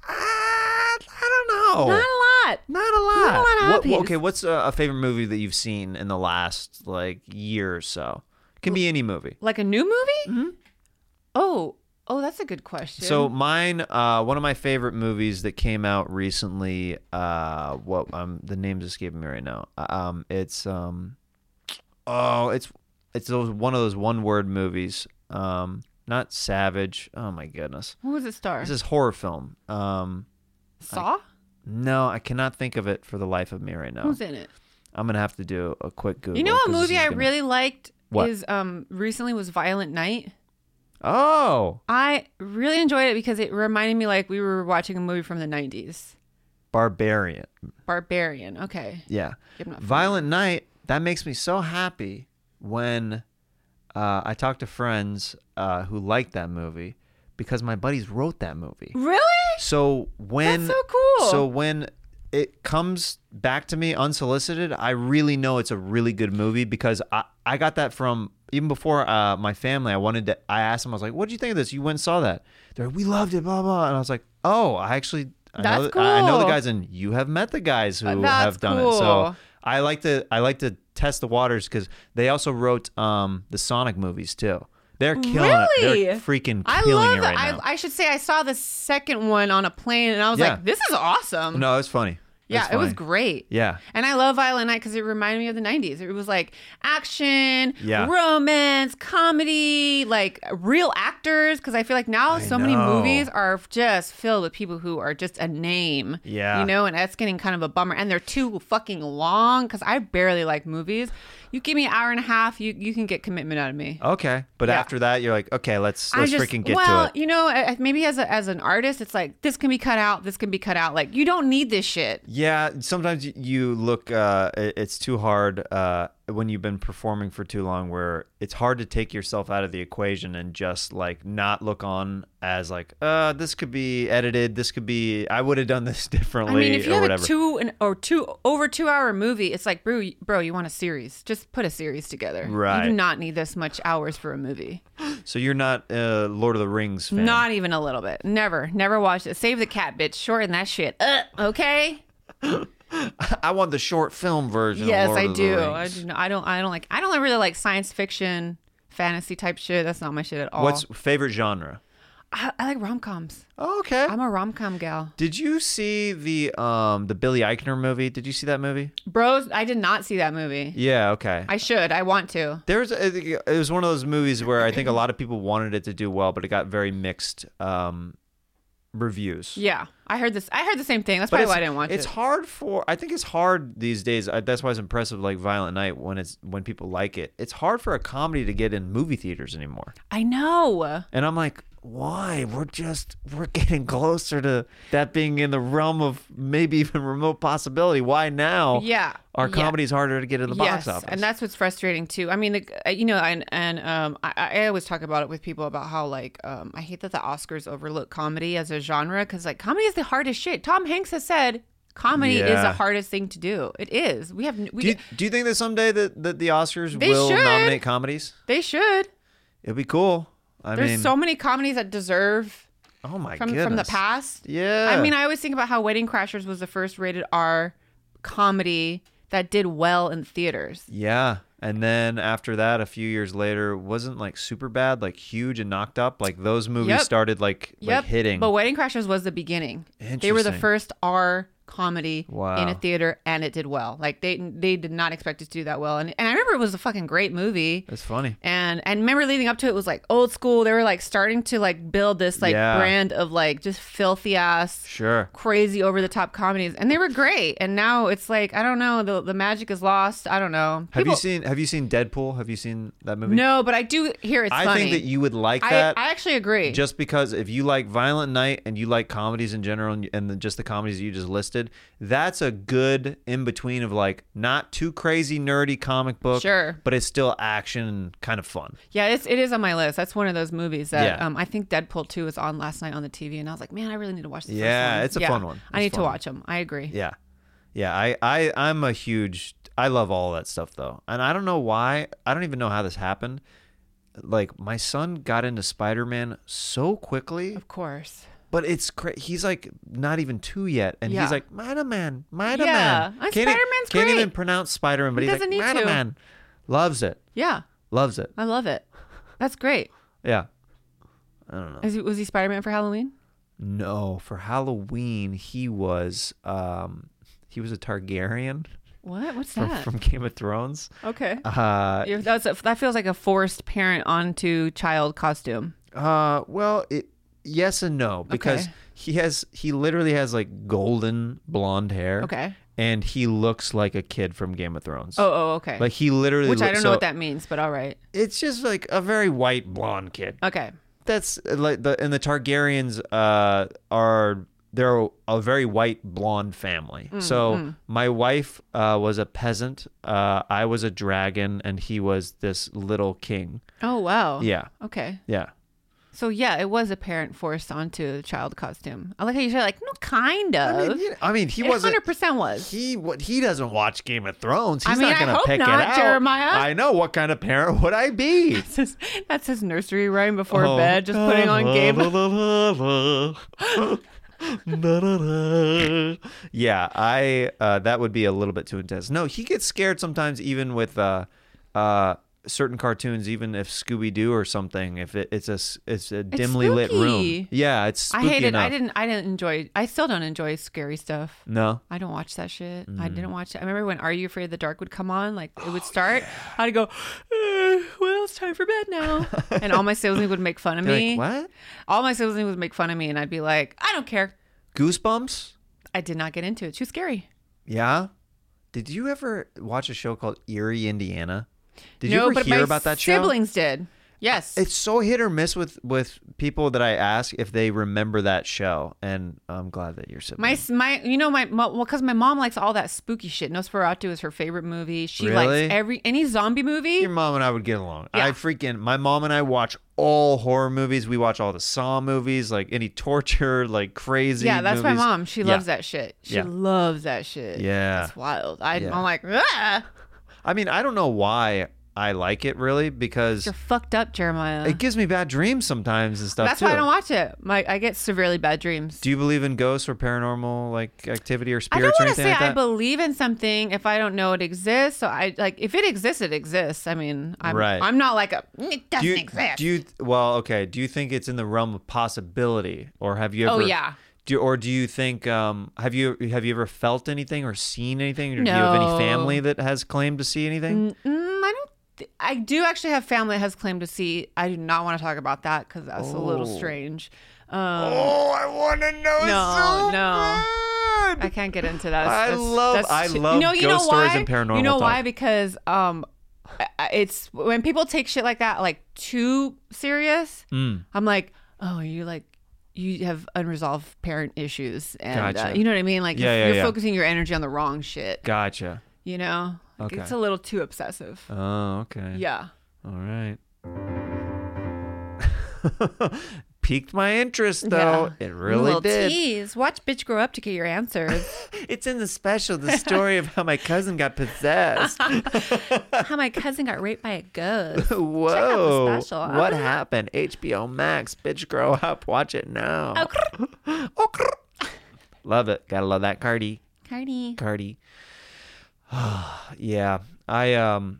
Speaker 2: Uh, I don't know.
Speaker 4: not a lot.
Speaker 2: Not a lot.
Speaker 4: Not a lot of
Speaker 2: What- what-
Speaker 4: hobbies.
Speaker 2: okay, what's uh, a favorite movie that you've seen in the last like year or so? Can be any movie.
Speaker 4: Like a new movie? Oh, oh, that's a good question.
Speaker 2: Mm-hmm. So mine, uh, one of my favorite movies that came out recently. Uh, what um, the name's escaping me right now. Um, it's um, oh, it's it's those one of those one word movies. Um, not Savage. Oh my goodness,
Speaker 4: who was it star?
Speaker 2: this is horror film. Um,
Speaker 4: Saw?
Speaker 2: no, I cannot think of it for the life of me right now.
Speaker 4: Who's in it?
Speaker 2: I'm gonna have to do a quick Google.
Speaker 4: You know a
Speaker 2: 'cause this
Speaker 4: movie
Speaker 2: is
Speaker 4: I
Speaker 2: gonna-
Speaker 4: really liked
Speaker 2: What?
Speaker 4: is um recently was Violent Night.
Speaker 2: Oh,
Speaker 4: I really enjoyed it because it reminded me like we were watching a movie from the 90s.
Speaker 2: Barbarian.
Speaker 4: Barbarian. Okay.
Speaker 2: Yeah.
Speaker 4: I'm not
Speaker 2: Violent Night, that makes me so happy when uh, I talk to friends uh, who like that movie because my buddies wrote that movie.
Speaker 4: Really?
Speaker 2: So when
Speaker 4: so cool.
Speaker 2: So when it comes back to me unsolicited, I really know it's a really good movie because I, I got that from even before uh, my family. I wanted to. I asked them. I was like, "What did you think of this? You went and saw that? They're like, we loved it. Blah blah." And I was like, "Oh, I actually." I know,
Speaker 4: That's
Speaker 2: the- I know the
Speaker 4: cool.
Speaker 2: guys, and you have met the guys who
Speaker 4: Uh, that's
Speaker 2: have done it.
Speaker 4: cool.
Speaker 2: So I like to I like to test the waters because they also wrote um, the Sonic movies too. They're killing it. They're
Speaker 4: Really?
Speaker 2: freaking killing
Speaker 4: I love
Speaker 2: it
Speaker 4: it.
Speaker 2: right
Speaker 4: I,
Speaker 2: now.
Speaker 4: I should say I saw the second one on a plane and I was
Speaker 2: Yeah.
Speaker 4: like, this is awesome.
Speaker 2: no, it's funny.
Speaker 4: yeah,
Speaker 2: It's
Speaker 4: it was
Speaker 2: funny.
Speaker 4: great.
Speaker 2: Yeah.
Speaker 4: And I love Violent Night because it reminded me of the 90s. It was like action,
Speaker 2: Yeah.
Speaker 4: romance, comedy, like real actors. Because I feel like now so many
Speaker 2: know.
Speaker 4: movies are just filled with people who are just a name.
Speaker 2: Yeah.
Speaker 4: You know, and that's getting kind of a bummer. And they're too fucking long because I barely like movies. You give me an hour and a half, you, you can get commitment out of me.
Speaker 2: Okay, but
Speaker 4: Yeah.
Speaker 2: after that, you're like, okay, let's
Speaker 4: I
Speaker 2: Oh, let's
Speaker 4: just-
Speaker 2: freaking get
Speaker 4: well,
Speaker 2: to it.
Speaker 4: you know, I- I- maybe as a, as an artist, it's like this can be cut out, this can be cut out. Like you don't need this shit.
Speaker 2: Yeah, sometimes y- you look. Uh, i- it's too hard uh, when you've been performing for too long, where it's hard to take yourself out of the equation and just like not look on as like, uh, this could be edited. This could be. I would have done this
Speaker 4: I
Speaker 2: differently
Speaker 4: mean, if you
Speaker 2: or
Speaker 4: have
Speaker 2: whatever.
Speaker 4: a two an, or two over two hour movie, it's like, bro, bro, you want a series? Just put a series together.
Speaker 2: Right.
Speaker 4: You do not need this much hours for a movie.
Speaker 2: so you're not uh, Lord of the Rings fan.
Speaker 4: Not even a little bit. Never, never watched it. Save the cat, bitch. Shorten that shit. Uh, okay.
Speaker 2: I want the short film version.
Speaker 4: yes,
Speaker 2: of Lord
Speaker 4: I
Speaker 2: of the
Speaker 4: do. I
Speaker 2: Rings.
Speaker 4: do. not- I don't. I don't like. I don't really like science fiction, fantasy type shit. That's not my shit at all. Oh,
Speaker 2: What's favorite genre?
Speaker 4: I, I like rom coms.
Speaker 2: Okay.
Speaker 4: I'm a rom com gal.
Speaker 2: Did you see the um the Billy Eichner movie? Did you see that movie?
Speaker 4: Bros, I did not see that movie.
Speaker 2: Yeah. Okay.
Speaker 4: I should. I want to.
Speaker 2: There's it was one of those movies where I think a lot of people wanted it to do well, but it got very mixed um, reviews.
Speaker 4: Yeah, I heard this. I heard the same thing. That's
Speaker 2: But
Speaker 4: probably
Speaker 2: it's,
Speaker 4: why I didn't watch
Speaker 2: it's
Speaker 4: it.
Speaker 2: hard for I think it's hard these days. I, that's why it's impressive like Violent Night when it's when people like it. It's hard for a comedy to get in movie theaters anymore.
Speaker 4: I know.
Speaker 2: And I'm like, why? We're just we're getting closer to that being in the realm of maybe even remote possibility. Why now?
Speaker 4: Yeah,
Speaker 2: Our
Speaker 4: yeah.
Speaker 2: comedy's harder to get in the
Speaker 4: yes,
Speaker 2: box office.
Speaker 4: and that's what's frustrating too. I mean, the, uh, you know, and and um, I, I always talk about it with people about how like um, I hate that the Oscars overlook comedy as a genre because like comedy is the hardest shit. Tom Hanks has said comedy is
Speaker 2: Yeah.
Speaker 4: the hardest thing to do. It is. We have n- we
Speaker 2: do you, do you think that someday that, that the Oscars
Speaker 4: They
Speaker 2: will
Speaker 4: should.
Speaker 2: nominate comedies?
Speaker 4: they should.
Speaker 2: It'd be cool. I
Speaker 4: There's
Speaker 2: mean,
Speaker 4: so many comedies that deserve
Speaker 2: oh my
Speaker 4: from
Speaker 2: goodness.
Speaker 4: from the past.
Speaker 2: Yeah.
Speaker 4: I mean, I always think about how Wedding Crashers was the first rated R comedy that did well in theaters.
Speaker 2: yeah. And then after that, a few years later, wasn't like super bad, like huge and knocked up. Like those movies
Speaker 4: Yep.
Speaker 2: started like, like hitting.
Speaker 4: But Wedding Crashers was the beginning. They were the
Speaker 2: Interesting.
Speaker 4: first R comedy
Speaker 2: Wow.
Speaker 4: in a theater, and it did well. Like they they did not expect it to do that well, and and I remember it was a fucking great movie.
Speaker 2: That's funny.
Speaker 4: And and remember leading up to it was like old school. They were like starting to like build this like
Speaker 2: Yeah.
Speaker 4: brand of like just filthy ass
Speaker 2: Sure.
Speaker 4: crazy over the top comedies and they were great and now it's like i don't know the, the magic is lost i don't know
Speaker 2: Have
Speaker 4: People-
Speaker 2: you seen Have you seen Deadpool? Have you seen that movie?
Speaker 4: no but i do hear it's
Speaker 2: I
Speaker 4: funny
Speaker 2: think that you would like
Speaker 4: I,
Speaker 2: that.
Speaker 4: I actually agree
Speaker 2: just because if you like Violent Night and you like comedies in general and, and the, just the comedies that you just listed, that's a good in between of like not too crazy nerdy comic book,
Speaker 4: Sure.
Speaker 2: but it's still action and kind of fun.
Speaker 4: yeah it's, it is on my list that's one of those movies that
Speaker 2: Yeah.
Speaker 4: um, i think deadpool 2 was on last night on the tv and i was like man i really need to watch this
Speaker 2: Yeah, it's a fun one.
Speaker 4: i
Speaker 2: It's
Speaker 4: need to
Speaker 2: fun.
Speaker 4: watch them i agree
Speaker 2: Yeah, yeah. I I I'm a huge. I love all that stuff though, and I don't know why. I don't even know how this happened. Like my son got into Spider Man so quickly.
Speaker 4: of course
Speaker 2: But it's cra- he's like not even two yet, and
Speaker 4: Yeah.
Speaker 2: he's like Spider Man, Spider
Speaker 4: Yeah,
Speaker 2: Man.
Speaker 4: and Spider-Man's
Speaker 2: can't even
Speaker 4: great.
Speaker 2: pronounce Spider Man, but
Speaker 4: He
Speaker 2: he's
Speaker 4: doesn't
Speaker 2: like
Speaker 4: need to.
Speaker 2: Spider Man. Loves it,
Speaker 4: yeah
Speaker 2: loves it.
Speaker 4: i love it that's great
Speaker 2: Yeah.
Speaker 4: is he, was he spider-man for halloween
Speaker 2: No, for Halloween he was um he was a Targaryen
Speaker 4: what what's
Speaker 2: from,
Speaker 4: that
Speaker 2: from Game of Thrones.
Speaker 4: okay
Speaker 2: Uh,
Speaker 4: You're- that's a- that feels like a forced parent onto child costume
Speaker 2: uh, well, it yes and no because
Speaker 4: Okay.
Speaker 2: he has he literally has like golden blonde hair.
Speaker 4: Okay.
Speaker 2: And he looks like a kid from Game of Thrones.
Speaker 4: oh oh okay
Speaker 2: Like he literally,
Speaker 4: Which I
Speaker 2: looks-
Speaker 4: don't know what
Speaker 2: so-
Speaker 4: that means, but all right.
Speaker 2: it's just like a very white blonde kid.
Speaker 4: Okay.
Speaker 2: That's uh, like the and the Targaryens uh, are they're a very white blonde family.
Speaker 4: Mm,
Speaker 2: so my wife uh, was a peasant, uh, I was a dragon, and he was this little king.
Speaker 4: Oh wow.
Speaker 2: Yeah,
Speaker 4: Okay.
Speaker 2: yeah,
Speaker 4: So yeah, it was a parent forced onto the child costume. I like how you said like, no, kind of.
Speaker 2: I mean, you know- I mean, he
Speaker 4: it
Speaker 2: wasn't.
Speaker 4: 100% was.
Speaker 2: He what he doesn't watch Game of Thrones.
Speaker 4: I
Speaker 2: He's
Speaker 4: mean,
Speaker 2: not
Speaker 4: I
Speaker 2: gonna
Speaker 4: hope
Speaker 2: pick
Speaker 4: not,
Speaker 2: it out.
Speaker 4: Jeremiah.
Speaker 2: I know what kind of parent would I be?
Speaker 4: That's his, that's his nursery rhyme before
Speaker 2: Oh.
Speaker 4: bed, just putting on game.
Speaker 2: La, la, la, la, la. Da, da, da. yeah, I uh, that would be a little bit too intense. No, he gets scared sometimes, even with uh, uh, certain cartoons, even if Scooby Doo or something. If it, it's a s- it's a dimly lit room,
Speaker 4: spooky.
Speaker 2: yeah, it's
Speaker 4: I
Speaker 2: spooky
Speaker 4: hated.
Speaker 2: enough.
Speaker 4: I didn't. I didn't enjoy. I still don't enjoy scary stuff.
Speaker 2: No,
Speaker 4: I don't watch that shit. I
Speaker 2: Mm-hmm.
Speaker 4: didn't watch it. I remember when Are You Afraid of the Dark would come on, like
Speaker 2: Oh,
Speaker 4: it would start. I'd go, "Uh, well, it's time for bed now, and all my siblings would make fun of
Speaker 2: You're
Speaker 4: me.
Speaker 2: like what?
Speaker 4: All my siblings would make fun of me, and I'd be like, I don't care.
Speaker 2: Goosebumps?
Speaker 4: I did not get into it. Too scary.
Speaker 2: Yeah. Did you ever watch a show called Erie, Indiana? Did
Speaker 4: no,
Speaker 2: you ever
Speaker 4: but
Speaker 2: hear
Speaker 4: my
Speaker 2: about that show?
Speaker 4: siblings did. Yes.
Speaker 2: it's so hit or miss with with people that I ask if they remember that show, and I'm glad that you're sitting.
Speaker 4: my s- my you know my mo- well because my mom likes all that spooky shit. Nosferatu is her favorite movie. She
Speaker 2: Really?
Speaker 4: likes every any zombie movie.
Speaker 2: your mom and I would get along.
Speaker 4: Yeah.
Speaker 2: I freaking my mom and I watch all horror movies. We watch all the Saw movies, like any torture, like crazy.
Speaker 4: Yeah, that's my
Speaker 2: movies.
Speaker 4: mom. She
Speaker 2: Yeah.
Speaker 4: loves that shit. She
Speaker 2: Yeah.
Speaker 4: loves that shit.
Speaker 2: Yeah.
Speaker 4: It's wild. I,
Speaker 2: Yeah.
Speaker 4: I'm like, ah,
Speaker 2: I mean, I don't know why I like it really because
Speaker 4: you're fucked up, Jeremiah.
Speaker 2: it gives me bad dreams sometimes and stuff
Speaker 4: That's
Speaker 2: too.
Speaker 4: why I don't watch it. My I get severely bad dreams.
Speaker 2: Do you believe in ghosts or paranormal like activity or
Speaker 4: I don't
Speaker 2: spirits or
Speaker 4: want to
Speaker 2: anything
Speaker 4: say
Speaker 2: like
Speaker 4: I
Speaker 2: that?
Speaker 4: believe in something if I don't know it exists. So I like if it exists, it exists. I mean, I'm
Speaker 2: Right.
Speaker 4: I'm not like a it doesn't
Speaker 2: do you,
Speaker 4: exist.
Speaker 2: Do you well, okay, do you think it's in the realm of possibility or have you
Speaker 4: Oh,
Speaker 2: ever
Speaker 4: yeah.
Speaker 2: Do you, or do you think um have you have you ever felt anything or seen anything or do you have any
Speaker 4: No.
Speaker 2: family that has claimed to see anything?
Speaker 4: Mm, I don't. Th- I do actually have family that has claimed to see. I do not want to talk about that because that's a little strange. Um,
Speaker 2: Oh, I want to know
Speaker 4: No,
Speaker 2: so
Speaker 4: no.
Speaker 2: bad.
Speaker 4: I can't get into that.
Speaker 2: I
Speaker 4: That's-
Speaker 2: love-
Speaker 4: that's
Speaker 2: I
Speaker 4: too-
Speaker 2: love
Speaker 4: you know, you know
Speaker 2: ghost stories
Speaker 4: why?
Speaker 2: and paranormal
Speaker 4: You know
Speaker 2: talk.
Speaker 4: why? Because um, I- I- it's when people take shit like that like too serious.
Speaker 2: Mm.
Speaker 4: I'm like, oh, you like. You have unresolved parent issues, and uh,
Speaker 2: Gotcha.
Speaker 4: you know what I mean. Like
Speaker 2: Yeah,
Speaker 4: if
Speaker 2: yeah,
Speaker 4: you're
Speaker 2: yeah.
Speaker 4: focusing your energy on the wrong shit.
Speaker 2: Gotcha.
Speaker 4: You know, like,
Speaker 2: Okay.
Speaker 4: it's a little too obsessive.
Speaker 2: Oh, okay.
Speaker 4: yeah.
Speaker 2: All right. Piqued my interest
Speaker 4: Yeah.
Speaker 2: though. It really
Speaker 4: Little
Speaker 2: did.
Speaker 4: tease. Watch bitch grow up to get your answers.
Speaker 2: It's in the special, the story of how my cousin got possessed.
Speaker 4: How my cousin got raped by a ghost.
Speaker 2: Whoa.
Speaker 4: special.
Speaker 2: What happened? HBO Max, bitch, grow up. Watch it now. Oh, crrr. love it. Gotta love that Cardi.
Speaker 4: Cardi.
Speaker 2: Cardi. yeah. I um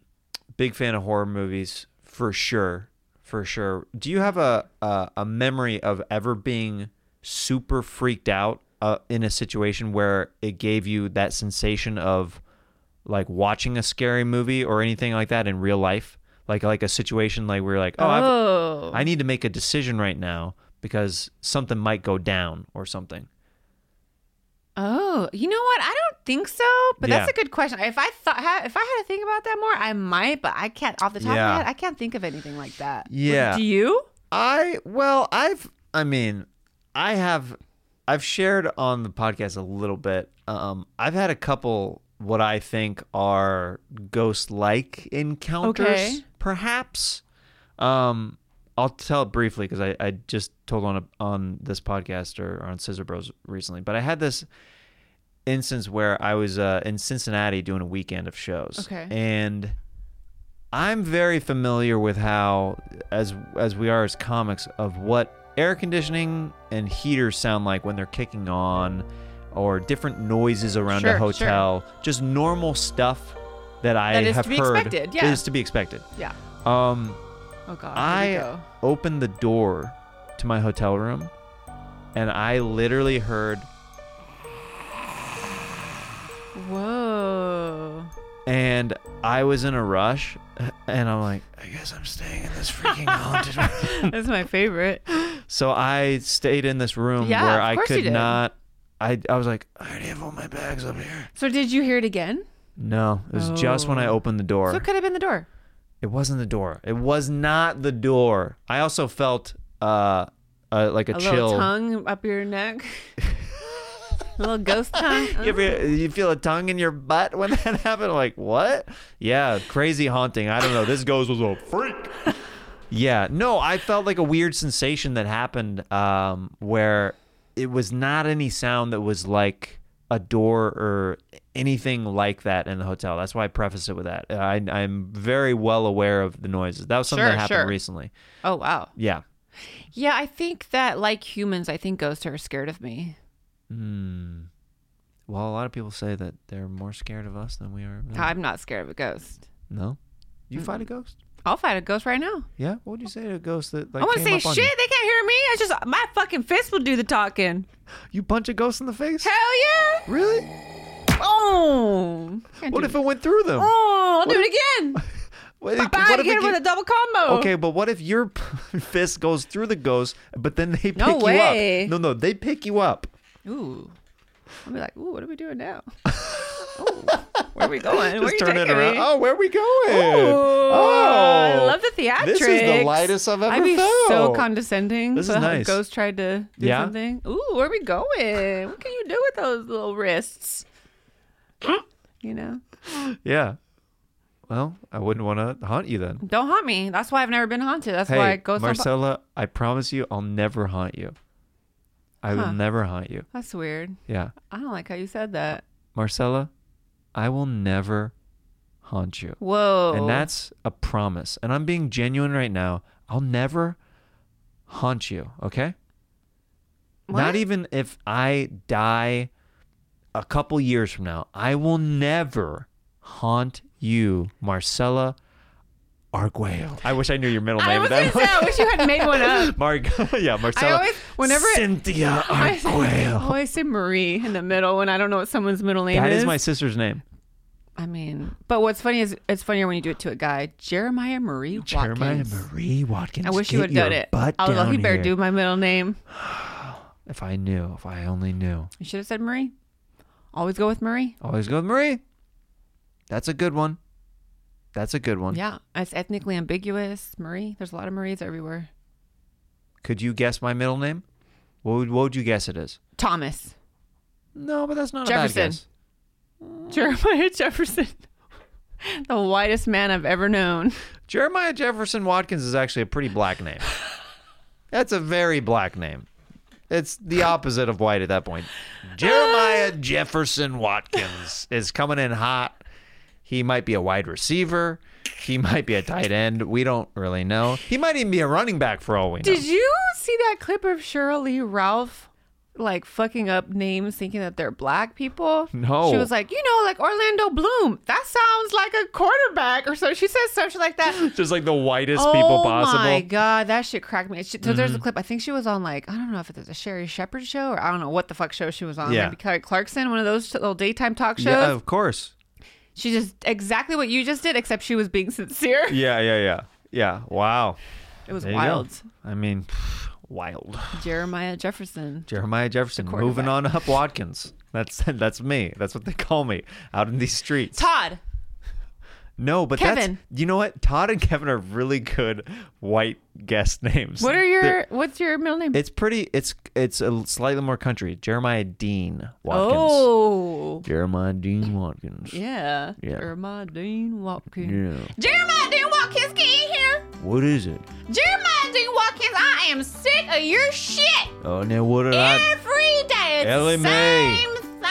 Speaker 2: big fan of horror movies for sure. For sure. Do you have a a, a memory of ever being super freaked out uh, in a situation where it gave you that sensation of like watching a scary movie or anything like that in real life? Like like a situation like where you're like, oh, I've,
Speaker 4: Oh,
Speaker 2: I need to make a decision right now because something might go down or something.
Speaker 4: oh, you know what? I don't think so, but that's
Speaker 2: Yeah.
Speaker 4: a good question. If I thought, ha- if I had to think about that more, I might, but I can't. Off the top of
Speaker 2: Yeah.
Speaker 4: my head, I can't think of anything like that.
Speaker 2: Yeah.
Speaker 4: Do you?
Speaker 2: I well, I've I mean, I have I've shared on the podcast a little bit. Um, I've had a couple what I think are ghost-like encounters,
Speaker 4: Okay.
Speaker 2: perhaps. Um, I'll tell it briefly because I, I just told on a, on this podcast or on Scissor Bros recently. But I had this instance where I was uh, in Cincinnati doing a weekend of shows.
Speaker 4: Okay.
Speaker 2: And I'm very familiar with how, as as we are as comics, of what air conditioning and heaters sound like when they're kicking on, or different noises around
Speaker 4: Sure,
Speaker 2: a
Speaker 4: sure.
Speaker 2: hotel. Just normal stuff that I
Speaker 4: That is
Speaker 2: have
Speaker 4: to be
Speaker 2: heard
Speaker 4: expected, yeah.
Speaker 2: is to be expected.
Speaker 4: Yeah.
Speaker 2: Um,
Speaker 4: Oh God. Here
Speaker 2: I
Speaker 4: we go.
Speaker 2: opened the door to my hotel room, and I literally heard
Speaker 4: Whoa.
Speaker 2: and I was in a rush, and I'm like, I guess I'm staying in this freaking haunted room.
Speaker 4: That's my favorite.
Speaker 2: So I stayed in this room
Speaker 4: Yeah,
Speaker 2: where
Speaker 4: of
Speaker 2: I
Speaker 4: course you
Speaker 2: could
Speaker 4: did.
Speaker 2: not. I I was like, I already have all my bags up here.
Speaker 4: So did you hear it again?
Speaker 2: No, it was just when I
Speaker 4: Oh.
Speaker 2: opened the door.
Speaker 4: So it could have been the door.
Speaker 2: It wasn't the door. It was not the door. I also felt uh, uh like a,
Speaker 4: A
Speaker 2: chill.
Speaker 4: little tongue up your neck. a little ghost tongue.
Speaker 2: You,
Speaker 4: Oh.
Speaker 2: ever- you feel a tongue in your butt when that happened? Like what? Yeah, crazy haunting. I don't know. This ghost was a freak. Yeah, no, I felt like a weird sensation that happened um, where it was not any sound that was like a door or anything like that in the hotel. That's why I preface it with that. I, I'm very well aware of the noises. That was something
Speaker 4: Sure,
Speaker 2: that happened
Speaker 4: sure.
Speaker 2: recently.
Speaker 4: Oh wow.
Speaker 2: Yeah.
Speaker 4: Yeah, I think that like humans, I think ghosts are scared of me.
Speaker 2: Hmm. Well, a lot of people say that they're more scared of us than we are. of them.
Speaker 4: I'm not scared of a ghost.
Speaker 2: No.
Speaker 4: Mm.
Speaker 2: You fight a ghost?
Speaker 4: I'll fight a ghost right now.
Speaker 2: Yeah. What would you say to a ghost that like
Speaker 4: I want to
Speaker 2: came
Speaker 4: say
Speaker 2: up on
Speaker 4: shit.
Speaker 2: you?
Speaker 4: They can't hear me. It's just my fucking fist will do the talking.
Speaker 2: You punch a ghost in the face?
Speaker 4: Hell yeah!
Speaker 2: Really?
Speaker 4: Oh, Can't
Speaker 2: What
Speaker 4: do
Speaker 2: if it went through them?
Speaker 4: Oh, I'll do it again.
Speaker 2: What,
Speaker 4: Bye,
Speaker 2: what if
Speaker 4: again
Speaker 2: it
Speaker 4: with
Speaker 2: get-
Speaker 4: a double combo.
Speaker 2: Okay, but what if your fist goes through the ghost, but then they pick
Speaker 4: No
Speaker 2: you
Speaker 4: way.
Speaker 2: up? No, no, they pick you up.
Speaker 4: Ooh. I'll be like, ooh, what are we doing now? Ooh, where are we going? Where are
Speaker 2: Just
Speaker 4: you
Speaker 2: turn it
Speaker 4: taking
Speaker 2: around.
Speaker 4: me?
Speaker 2: Oh, where are we going?
Speaker 4: Ooh, I
Speaker 2: oh,
Speaker 4: love the theatrics.
Speaker 2: This is the lightest I've ever
Speaker 4: I'd be so
Speaker 2: felt.
Speaker 4: condescending.
Speaker 2: This
Speaker 4: So
Speaker 2: is
Speaker 4: how
Speaker 2: nice.
Speaker 4: A ghost tried to do
Speaker 2: Yeah?
Speaker 4: something. Ooh, where are we going? What can you do with those little wrists? You know,
Speaker 2: yeah. Well, I wouldn't want to haunt you then.
Speaker 4: don't haunt me. That's why I've never been haunted. That's why
Speaker 2: Hey,
Speaker 4: ghosts. don't bo-
Speaker 2: Marcella, I promise you, I'll never haunt you. I will
Speaker 4: Huh.
Speaker 2: never haunt you.
Speaker 4: That's weird.
Speaker 2: Yeah.
Speaker 4: I don't like how you said that.
Speaker 2: Marcella, I will never haunt you.
Speaker 4: Whoa.
Speaker 2: And that's a promise. And I'm being genuine right now. I'll never haunt you, okay? Not
Speaker 4: What?
Speaker 2: even if I die a couple years from now. I will never haunt you, Marcella Arguello. I wish I knew your middle
Speaker 4: I
Speaker 2: name.
Speaker 4: was gonna say, I wish you had made one up.
Speaker 2: Mar- yeah, Marcella.
Speaker 4: always- whenever it-
Speaker 2: Cynthia
Speaker 4: I say- oh, I
Speaker 2: Arguello.
Speaker 4: always say Marie in the middle when I don't know what someone's middle name
Speaker 2: That is my sister's name.
Speaker 4: I mean, but what's funny is it's funnier when you do it to a guy. Jeremiah Marie Watkins.
Speaker 2: Jeremiah Marie Watkins.
Speaker 4: I wish you
Speaker 2: get
Speaker 4: would done
Speaker 2: your
Speaker 4: it.
Speaker 2: Butt
Speaker 4: I was
Speaker 2: down
Speaker 4: like, you better
Speaker 2: here.
Speaker 4: do my middle name.
Speaker 2: If I knew, if I only knew.
Speaker 4: You should have said Marie. Always go with Marie.
Speaker 2: Always go with Marie. That's a good one. That's a good one.
Speaker 4: Yeah, it's ethnically ambiguous. Marie. There's a lot of Maries everywhere.
Speaker 2: Could you guess my middle name? What would, what would you guess it is?
Speaker 4: Thomas.
Speaker 2: No, but that's not a
Speaker 4: Jefferson.
Speaker 2: bad guess.
Speaker 4: Jeremiah Jefferson. the whitest man I've ever known.
Speaker 2: Jeremiah Jefferson Watkins is actually a pretty black name. that's a very black name. It's the opposite of white at that point. Jeremiah Jefferson Watkins is coming in hot. He might be a wide receiver. He might be a tight end. We don't really know. He might even be a running back for all we know.
Speaker 4: Did you see that clip of Shirley Ralph like fucking up names thinking that they're black people.
Speaker 2: No.
Speaker 4: She was like, you know, like Orlando Bloom. That sounds like a quarterback or so. She says something like that.
Speaker 2: Just like the whitest people possible.
Speaker 4: Oh
Speaker 2: Mm-hmm.
Speaker 4: my god, that shit cracked me. She, so there's a clip. I think she was on like I don't know if it was a Sherry Shepherd show or I don't know what the fuck show she was on.
Speaker 2: Yeah.
Speaker 4: Maybe Kelly Clarkson, one of those little daytime talk shows.
Speaker 2: Yeah, oh. of course.
Speaker 4: She just exactly what you just did, except she was being sincere.
Speaker 2: Yeah, yeah, yeah. Yeah. Wow.
Speaker 4: It was
Speaker 2: There you go.
Speaker 4: wild.
Speaker 2: I mean, wild.
Speaker 4: Jeremiah Jefferson.
Speaker 2: Jeremiah Jefferson
Speaker 4: quarterback.
Speaker 2: moving on up Watkins. That's that's me. That's what they call me out in these streets.
Speaker 4: Todd.
Speaker 2: no, but
Speaker 4: Kevin.
Speaker 2: that's you know what? Todd and Kevin are really good white guest names.
Speaker 4: What are your
Speaker 2: They're-
Speaker 4: what's your middle name?
Speaker 2: It's pretty. It's it's a slightly more country. Jeremiah Dean Watkins.
Speaker 4: oh.
Speaker 2: Jeremiah Dean Watkins.
Speaker 4: Yeah.
Speaker 2: Yeah.
Speaker 4: Jeremiah Dean Watkins.
Speaker 2: Yeah.
Speaker 4: Jeremiah Dean Watkins, can you hear?
Speaker 2: What is it?
Speaker 4: Jeremiah Dean Watkins, I am sick of your shit
Speaker 2: Oh, now what did I?
Speaker 4: every day. It's
Speaker 2: Ellie
Speaker 4: the
Speaker 2: Mae.
Speaker 4: same thing.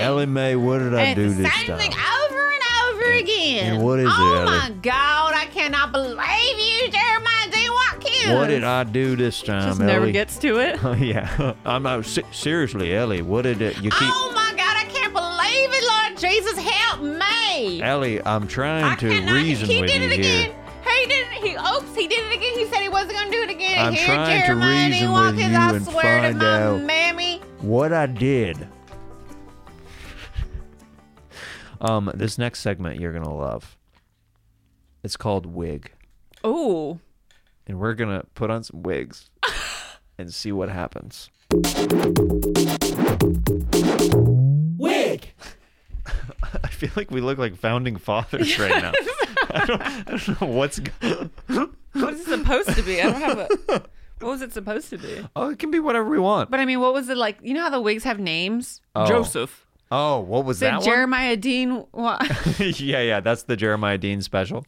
Speaker 2: Ellie Mae, what did I
Speaker 4: it's
Speaker 2: do
Speaker 4: the
Speaker 2: this
Speaker 4: same
Speaker 2: time?
Speaker 4: thing over and over again.
Speaker 2: and what is it,
Speaker 4: Oh
Speaker 2: Ellie?
Speaker 4: my God, I cannot believe you, Jeremiah Dean Watkins.
Speaker 2: What did I do this time,
Speaker 4: Just
Speaker 2: Ellie?
Speaker 4: never gets to it.
Speaker 2: Oh, yeah. I'm not se- seriously, Ellie. What did it, you keep?
Speaker 4: Oh my God, I can't believe it, Lord Jesus, help me.
Speaker 2: Ellie, I'm trying
Speaker 4: I
Speaker 2: to
Speaker 4: cannot-
Speaker 2: reason
Speaker 4: he
Speaker 2: with
Speaker 4: did
Speaker 2: you
Speaker 4: it
Speaker 2: here.
Speaker 4: again. He did it. He oops. He did it again. He said he wasn't gonna do it again.
Speaker 2: I'm
Speaker 4: Here,
Speaker 2: trying to
Speaker 4: Jeremiah Dean
Speaker 2: reason with
Speaker 4: Watkins,
Speaker 2: you
Speaker 4: I
Speaker 2: and
Speaker 4: swear
Speaker 2: find
Speaker 4: to my
Speaker 2: out.
Speaker 4: mammy.
Speaker 2: What I did. Um, this next segment you're gonna love. It's called wig,
Speaker 4: Ooh.
Speaker 2: and we're gonna put on some wigs and see what happens.
Speaker 5: Wig.
Speaker 2: I feel like we look like founding fathers right now. I don't, I don't know what's. go-
Speaker 4: What is it supposed to be? I don't have a. What was it supposed to be?
Speaker 2: Oh, it can be whatever we want.
Speaker 4: But I mean, what was it like? You know how the wigs have names?
Speaker 2: Oh.
Speaker 4: Joseph.
Speaker 2: Oh, what was
Speaker 4: The
Speaker 2: that one?
Speaker 4: Jeremiah Dean. Wa-
Speaker 2: yeah, yeah, that's the Jeremiah Dean special.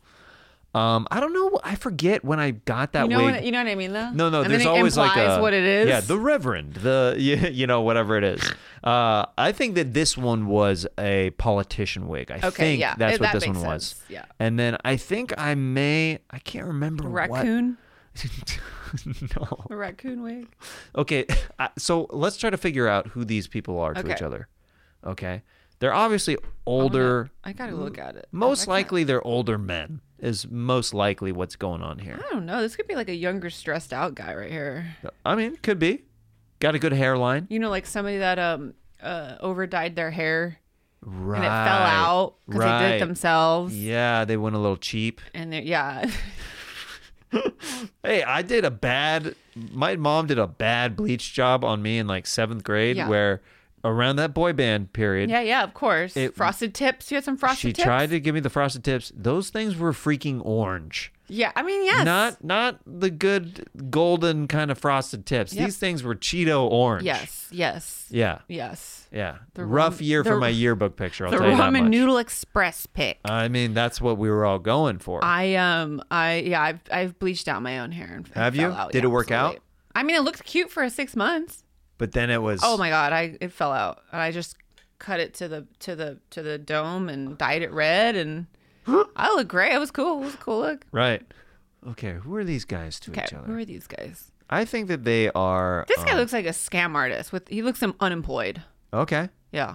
Speaker 2: Um, I don't know. I forget when I got that
Speaker 4: you know
Speaker 2: wig.
Speaker 4: what? You know what I mean, though.
Speaker 2: no, no.
Speaker 4: And
Speaker 2: there's
Speaker 4: then it
Speaker 2: always like
Speaker 4: implies
Speaker 2: a
Speaker 4: what it is.
Speaker 2: Yeah, the Reverend, the you, you know whatever it is. Uh, I think that this one was a politician wig. I think
Speaker 4: yeah,
Speaker 2: that's
Speaker 4: it-
Speaker 2: what
Speaker 4: that
Speaker 2: this one
Speaker 4: makes
Speaker 2: was.
Speaker 4: sense, yeah.
Speaker 2: And then I think I may. I can't remember
Speaker 4: raccoon.
Speaker 2: What. no.
Speaker 4: A raccoon wig.
Speaker 2: Okay, I- so let's try to figure out who these people are to
Speaker 4: Okay.
Speaker 2: each other. Okay, they're obviously older.
Speaker 4: I gotta look at it.
Speaker 2: Most
Speaker 4: I can't-
Speaker 2: likely, they're older men. Is most likely what's going on here.
Speaker 4: I don't know. This could be like a younger, stressed out guy right here.
Speaker 2: I mean, could be. Got a good hairline.
Speaker 4: You know, like somebody that um uh over dyed their hair
Speaker 2: Right.
Speaker 4: and it fell out because they did
Speaker 2: Right.
Speaker 4: it themselves.
Speaker 2: Yeah, they went a little cheap.
Speaker 4: And they're yeah,
Speaker 2: Hey, I did a bad. My mom did a bad bleach job on me in like seventh grade,
Speaker 4: Yeah.
Speaker 2: where around that boy band period,
Speaker 4: yeah, yeah. Of course,
Speaker 2: It-
Speaker 4: frosted tips. You had some frosted
Speaker 2: she
Speaker 4: tips.
Speaker 2: tried to give me the frosted tips. Those things were freaking orange.
Speaker 4: Yeah, I mean yes.
Speaker 2: Not not the good golden kind of frosted tips.
Speaker 4: Yep.
Speaker 2: These things were Cheeto orange.
Speaker 4: yes, yes,
Speaker 2: Yeah.
Speaker 4: yes.
Speaker 2: Yeah.
Speaker 4: The
Speaker 2: Rough
Speaker 4: ram-
Speaker 2: year for
Speaker 4: the-
Speaker 2: my yearbook picture. I'll
Speaker 4: the
Speaker 2: tell you that
Speaker 4: ramen
Speaker 2: much.
Speaker 4: noodle express pick.
Speaker 2: I mean, that's what we were all going for.
Speaker 4: I um I yeah I've I've bleached out my own hair. And it
Speaker 2: Have you?
Speaker 4: fell Out.
Speaker 2: Did
Speaker 4: Yeah,
Speaker 2: it work out?
Speaker 4: absolutely. I mean, it looked cute for six months.
Speaker 2: but then it was.
Speaker 4: Oh my god, I it fell out, and I just cut it to the to the to the dome and dyed it red, and I look great. It was cool. It was a cool look.
Speaker 2: Right. Okay. Who are these guys to
Speaker 4: Okay,
Speaker 2: each
Speaker 4: who
Speaker 2: other?
Speaker 4: are these guys?
Speaker 2: I think that they are.
Speaker 4: This guy
Speaker 2: um,
Speaker 4: looks like a scam artist. With he looks um, unemployed.
Speaker 2: uh, Okay.
Speaker 4: Yeah.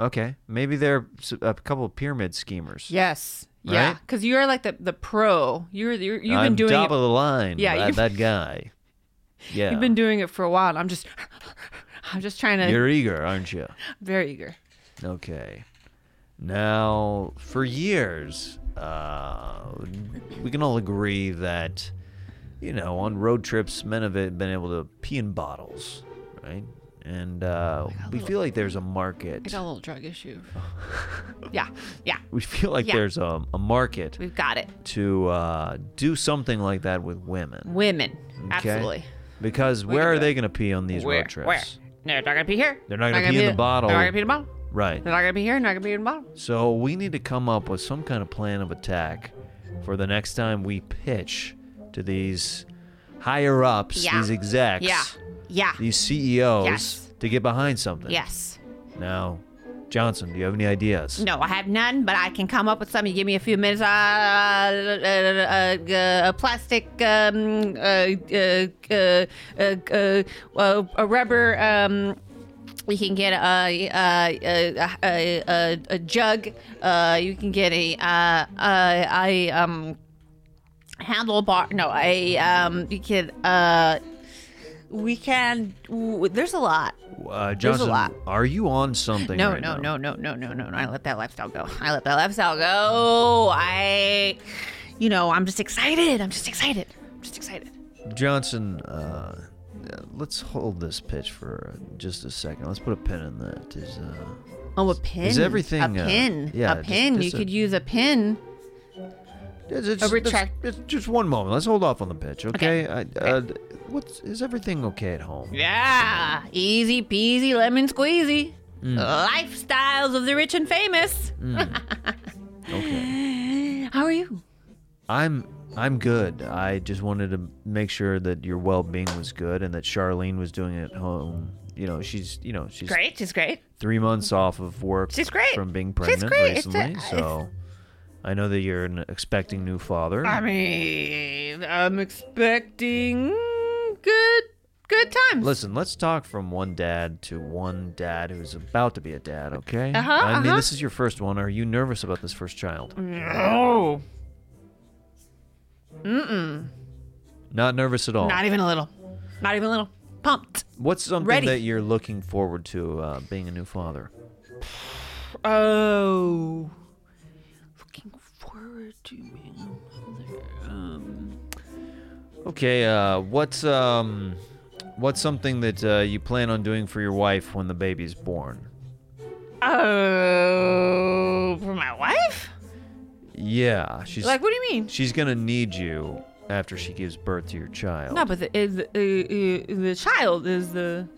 Speaker 2: Okay. Maybe they're s- a couple of pyramid schemers.
Speaker 4: Yes. Yeah.
Speaker 2: Right?
Speaker 4: Because you're like the the pro. You're, you're you've been
Speaker 2: I'm
Speaker 4: doing
Speaker 2: top
Speaker 4: it,
Speaker 2: of the line.
Speaker 4: Yeah,
Speaker 2: That,
Speaker 4: you've-
Speaker 2: that guy. Yeah.
Speaker 4: you've been doing it for a while. And I'm just I'm just trying to.
Speaker 2: You're eager, aren't you?
Speaker 4: very eager.
Speaker 2: Okay. Now, for years, uh, we can all agree that, you know, on road trips, men have been able to pee in bottles, right? And uh, we feel like there's a
Speaker 4: I
Speaker 2: market.
Speaker 4: got a little drug issue. yeah. Yeah.
Speaker 2: We feel like
Speaker 4: Yeah.
Speaker 2: there's a, a market
Speaker 4: We've got it.
Speaker 2: to uh, do something like that with women.
Speaker 4: Women.
Speaker 2: Okay?
Speaker 4: Absolutely.
Speaker 2: Because where are they going to pee on these road trips?
Speaker 4: Where? No, they're not gonna be here.
Speaker 2: They're not gonna pee in the bottle.
Speaker 4: They're not gonna be in the bottle.
Speaker 2: Right.
Speaker 4: They're not gonna be here. Not gonna be in the bottle.
Speaker 2: So we need to come up with some kind of plan of attack for the next time we pitch to these higher ups,
Speaker 4: Yeah.
Speaker 2: these execs,
Speaker 4: Yeah. Yeah.
Speaker 2: these CEOs
Speaker 4: Yes.
Speaker 2: to get behind something.
Speaker 4: Yes.
Speaker 2: Now, Johnson, do you have any ideas?
Speaker 4: No, I have none, but I can come up with some. You give me a few minutes. Uh, uh, uh, uh, a plastic, um, uh, uh, uh, uh, uh, uh, a rubber, um, You can get a a a, a, a, a jug. Uh, you can get a uh, a, a um handlebar. No, a um. You can uh. We can. ooh, there's a lot.
Speaker 2: Uh,
Speaker 4: There's a
Speaker 2: Johnson,
Speaker 4: lot.
Speaker 2: are you on something?
Speaker 4: No,
Speaker 2: right
Speaker 4: no,
Speaker 2: now?
Speaker 4: no, no, no, no, no, no. I let that lifestyle go. I let that lifestyle go. I, you know, I'm just excited. I'm just excited. I'm just excited.
Speaker 2: Johnson, uh, uh, let's hold this pitch for uh, just a second. Let's put a pin in that. Is uh,
Speaker 4: Oh, a pin.
Speaker 2: Is everything,
Speaker 4: a
Speaker 2: uh,
Speaker 4: pin?
Speaker 2: yeah,
Speaker 4: a
Speaker 2: just-
Speaker 4: pin.
Speaker 2: just
Speaker 4: you
Speaker 2: a-
Speaker 4: could use a pin.
Speaker 2: it's, it's-
Speaker 4: A
Speaker 2: it's-
Speaker 4: retract-
Speaker 2: it's just one moment. Let's hold off on the pitch, okay? I, uh, what's is everything okay at home?
Speaker 4: Yeah, easy peasy lemon squeezy.
Speaker 2: Mm.
Speaker 4: Lifestyles of the rich and famous.
Speaker 2: Okay,
Speaker 4: How are you?
Speaker 2: I'm I'm good. I just wanted to make sure that your well-being was good and that Charlene was doing it at home. You know, she's you know she's
Speaker 4: Great. She's great.
Speaker 2: three months off of work.
Speaker 4: She's great.
Speaker 2: from being
Speaker 4: She's
Speaker 2: pregnant
Speaker 4: great. It's a-
Speaker 2: recently.
Speaker 4: it's-
Speaker 2: so I know that you're an expecting new father.
Speaker 4: I mean, I'm expecting good, good times.
Speaker 2: Listen, let's talk from one dad to one dad who's about to be a dad, okay?
Speaker 4: Uh-huh,
Speaker 2: I mean,
Speaker 4: uh-huh.
Speaker 2: this is your first one. Are you nervous about this first child?
Speaker 4: No,
Speaker 2: Not nervous at all.
Speaker 4: not even a little. Not even a little. Pumped.
Speaker 2: What's something
Speaker 4: ready.
Speaker 2: that you're looking forward to uh, being a new father?
Speaker 4: Oh. Looking forward to being
Speaker 2: Okay, uh, what's um, what's something that uh, you plan on doing for your wife when the baby's born?
Speaker 4: Oh, for my wife?
Speaker 2: Yeah, she's
Speaker 4: Like, what do you mean?
Speaker 2: she's gonna need you after she gives birth to your child.
Speaker 4: No, but the, is, uh, uh, the child is the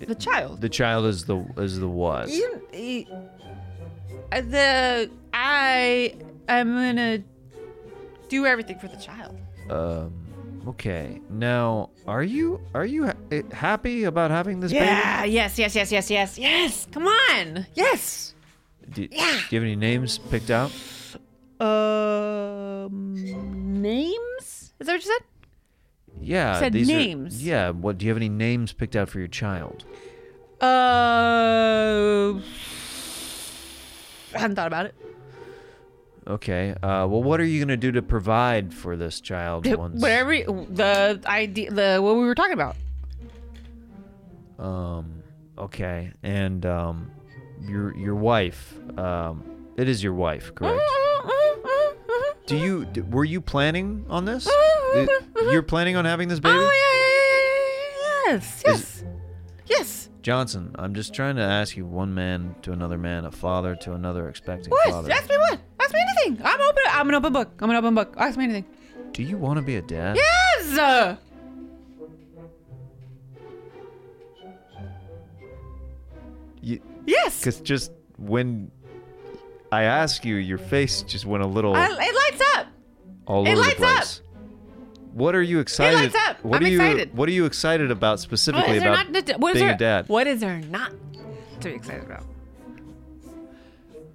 Speaker 4: the child.
Speaker 2: the child is the is the what?
Speaker 4: You, uh, the I am gonna do everything for the child.
Speaker 2: Um. Okay. Now, are you are you ha- eh, happy about having this
Speaker 4: Yeah. Yes. Yes. Yes. Yes. Yes. Yes. Come on. Yes.
Speaker 2: baby? Do, yeah. Do you have any names picked out?
Speaker 4: Um. Names? Is that what you said?
Speaker 2: Yeah.
Speaker 4: Said
Speaker 2: these are-
Speaker 4: names.
Speaker 2: yeah. What do you have any names picked out for your child?
Speaker 4: Uh. I hadn't thought about it.
Speaker 2: Okay. Uh. Well, what are you gonna do to provide for this child once?
Speaker 4: Whatever the idea, the what we were talking about.
Speaker 2: Um. Okay. And um, your your wife. Um. It is your wife, correct?
Speaker 4: Mm-hmm. Uh-huh,
Speaker 2: Do you d- were you planning on this? Uh,
Speaker 4: Mm-hmm.
Speaker 2: You're planning on having this baby?
Speaker 4: Oh yeah, yeah, yeah, yeah, yeah, yes, yes, yes.
Speaker 2: Johnson, I'm just trying to ask you one man to another man, a father to another expecting
Speaker 4: What?
Speaker 2: father.
Speaker 4: Ask me what? Ask me anything. I'm open. I'm an open book. I'm an open book. Ask me anything.
Speaker 2: Do you want to be a dad?
Speaker 4: Yes. uh,
Speaker 2: Yeah.
Speaker 4: Yes.
Speaker 2: Because just when I ask you, your face just went a little
Speaker 4: I, it lights up.
Speaker 2: all
Speaker 4: it
Speaker 2: over
Speaker 4: lights
Speaker 2: the place. What are you excited?
Speaker 4: lights up.
Speaker 2: What
Speaker 4: I'm
Speaker 2: are you?
Speaker 4: excited.
Speaker 2: What are you excited about specifically
Speaker 4: What is there
Speaker 2: about
Speaker 4: not? to- What is
Speaker 2: being
Speaker 4: there?
Speaker 2: a dad?
Speaker 4: What is there not to be excited about?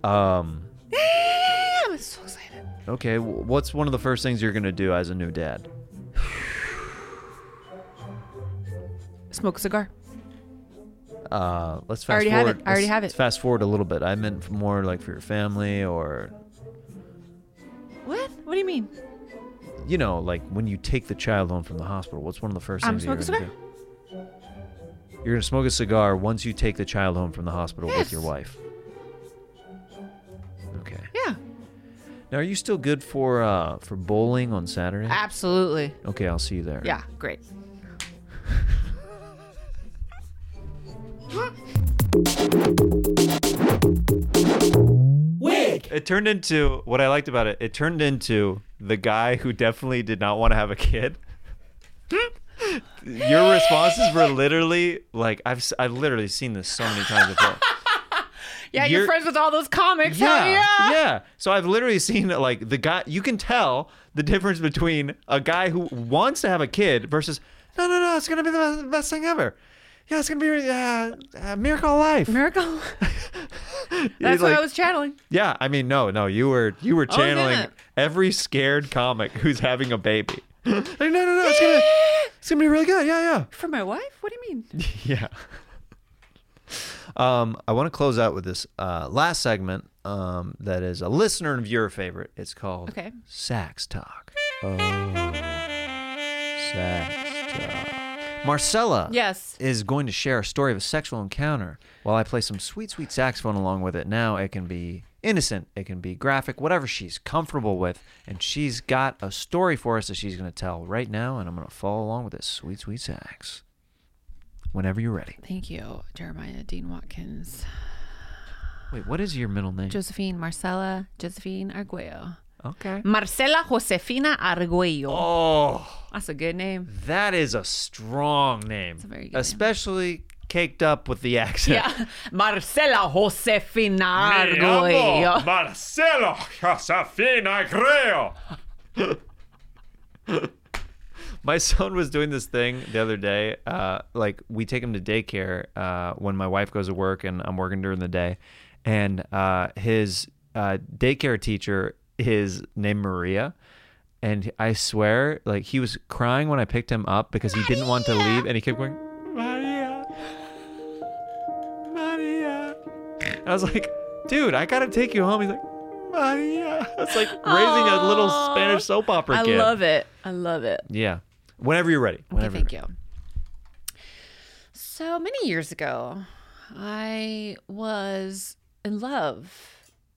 Speaker 2: Um.
Speaker 4: Yeah, Ah, I'm so excited.
Speaker 2: Okay. wh- What's one of the first things you're gonna do as a new dad?
Speaker 4: Smoke a cigar.
Speaker 2: Uh, let's fast
Speaker 4: I already have
Speaker 2: forward.
Speaker 4: it. I already
Speaker 2: let's-
Speaker 4: have it.
Speaker 2: Let's fast forward a little bit. I meant f- more like for your family or
Speaker 4: What? What do you mean?
Speaker 2: you know, like when you take the child home from the hospital, what's one of the first
Speaker 4: Um,
Speaker 2: things that you're
Speaker 4: smoke a
Speaker 2: gonna do? You're gonna smoke a cigar once you take the child home from the hospital with your
Speaker 4: Yes.
Speaker 2: wife. Okay.
Speaker 4: Yeah.
Speaker 2: Now, are you still good for uh for bowling on Saturday?
Speaker 4: Absolutely.
Speaker 2: okay, I'll see you there.
Speaker 4: Ah. Yeah. Great.
Speaker 2: It turned into what I liked about it. It turned into the guy who definitely did not want to have a kid. Your responses were literally like I've s- I've literally seen this so many times before.
Speaker 4: Yeah, you're,
Speaker 2: You're-
Speaker 4: friends with all those comics.
Speaker 2: Yeah,
Speaker 4: huh?
Speaker 2: yeah. So I've literally seen like the guy. You can tell the difference between a guy who wants to have a kid versus no, no, no. It's gonna be the best, the best thing ever. Yeah, it's gonna be uh, a miracle of life.
Speaker 4: Miracle. That's what I was Oh, channeling.
Speaker 2: Yeah, I mean, no, no. You were you were
Speaker 4: was in
Speaker 2: channeling
Speaker 4: it.
Speaker 2: every scared comic who's having a baby. Like, no, no, no. It's gonna, it's gonna be really good. Yeah,
Speaker 8: For my wife? What do you mean?
Speaker 2: yeah, yeah. Um, I want to close out with this uh, last segment. Um, that is a listener and viewer favorite. It's called
Speaker 8: Okay.
Speaker 2: Sax Talk. Oh, Sax Talk. Marcella.
Speaker 8: Yes.
Speaker 2: Is going to share a story of a sexual encounter while I play some sweet, sweet saxophone along with it. Now it can be innocent, it can be graphic, whatever she's comfortable with. And she's got a story for us that she's going to tell right now, and I'm going to follow along with this sweet, sweet sax. Whenever you're ready.
Speaker 4: Thank you, Jeremiah Dean Watkins.
Speaker 2: Wait, what is your middle name?
Speaker 4: Josephine Marcella Josephine Arguello.
Speaker 2: okay.
Speaker 4: Marcela Josefina Arguello.
Speaker 2: Oh,
Speaker 4: That's a good name.
Speaker 2: that is a strong name.
Speaker 4: a very good name.
Speaker 2: Especially caked up with the accent.
Speaker 4: Yeah. Marcela Josefina Arguello.
Speaker 2: Marcelo Josefina Creo. My son was doing this thing the other day. Uh, like we take him to daycare uh, when my wife goes to work and I'm working during the day, and uh, his uh, daycare teacher is named Maria, and I swear, like he was crying when I picked him up because he didn't want to leave, and he kept going, Maria, Maria. I was like, dude, I gotta take you home. He's like, Maria. It's like raising a little Spanish soap opera
Speaker 8: I
Speaker 2: kid.
Speaker 8: love it. I love it.
Speaker 2: Yeah. Whenever you're ready.
Speaker 4: Okay,
Speaker 2: Whenever
Speaker 4: thank
Speaker 2: you're
Speaker 4: you. So many years ago, I was in love,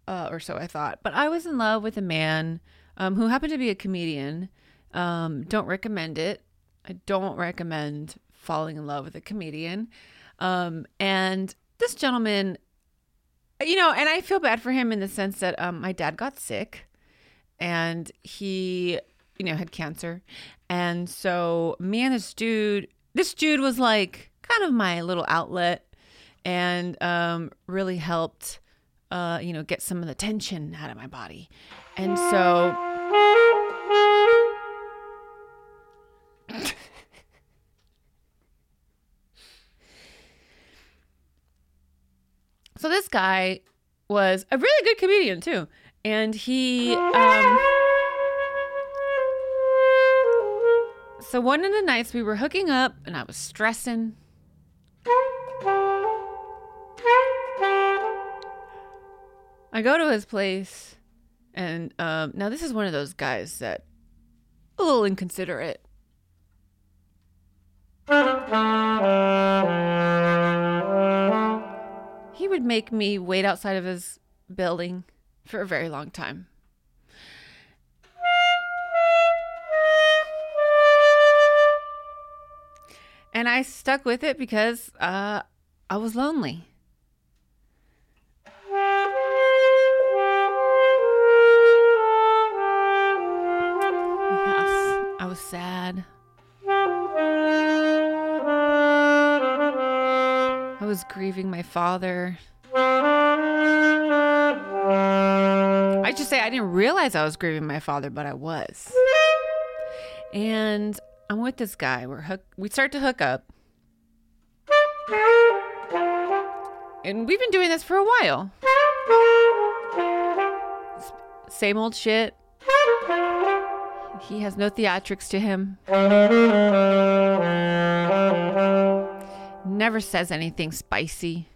Speaker 4: uh, or so I thought, but I was in love with a man um, who happened to be a comedian. Um, don't recommend it. I don't recommend falling in love with a comedian. Um, and this gentleman, you know, and I feel bad for him in the sense that um, my dad got sick and he you know had cancer and so me and this dude this dude was like kind of my little outlet and um really helped uh you know get some of the tension out of my body and so so this guy was a really good comedian too and he um so one of the nights we were hooking up and i was stressing i go to his place and um, now this is one of those guys that a little inconsiderate he would make me wait outside of his building for a very long time. And I stuck with it because uh, I was lonely. Yes, I was sad. I was grieving my father. I should say I didn't realize I was grieving my father, but I was. And I'm with this guy. We're hook. We start to hook up, and we've been doing this for a while. S- Same old shit. He has no theatrics to him. Never says anything spicy.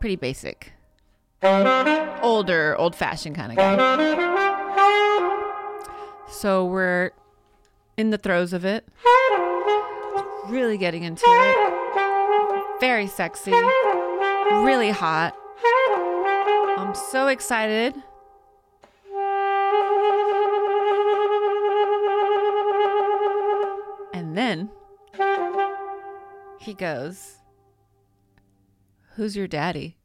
Speaker 4: Pretty basic. Older, old fashioned kind of guy. So we're in the throes of it. Really getting into it. Very sexy. Really hot. I'm so excited. And then. He goes, Who's your daddy?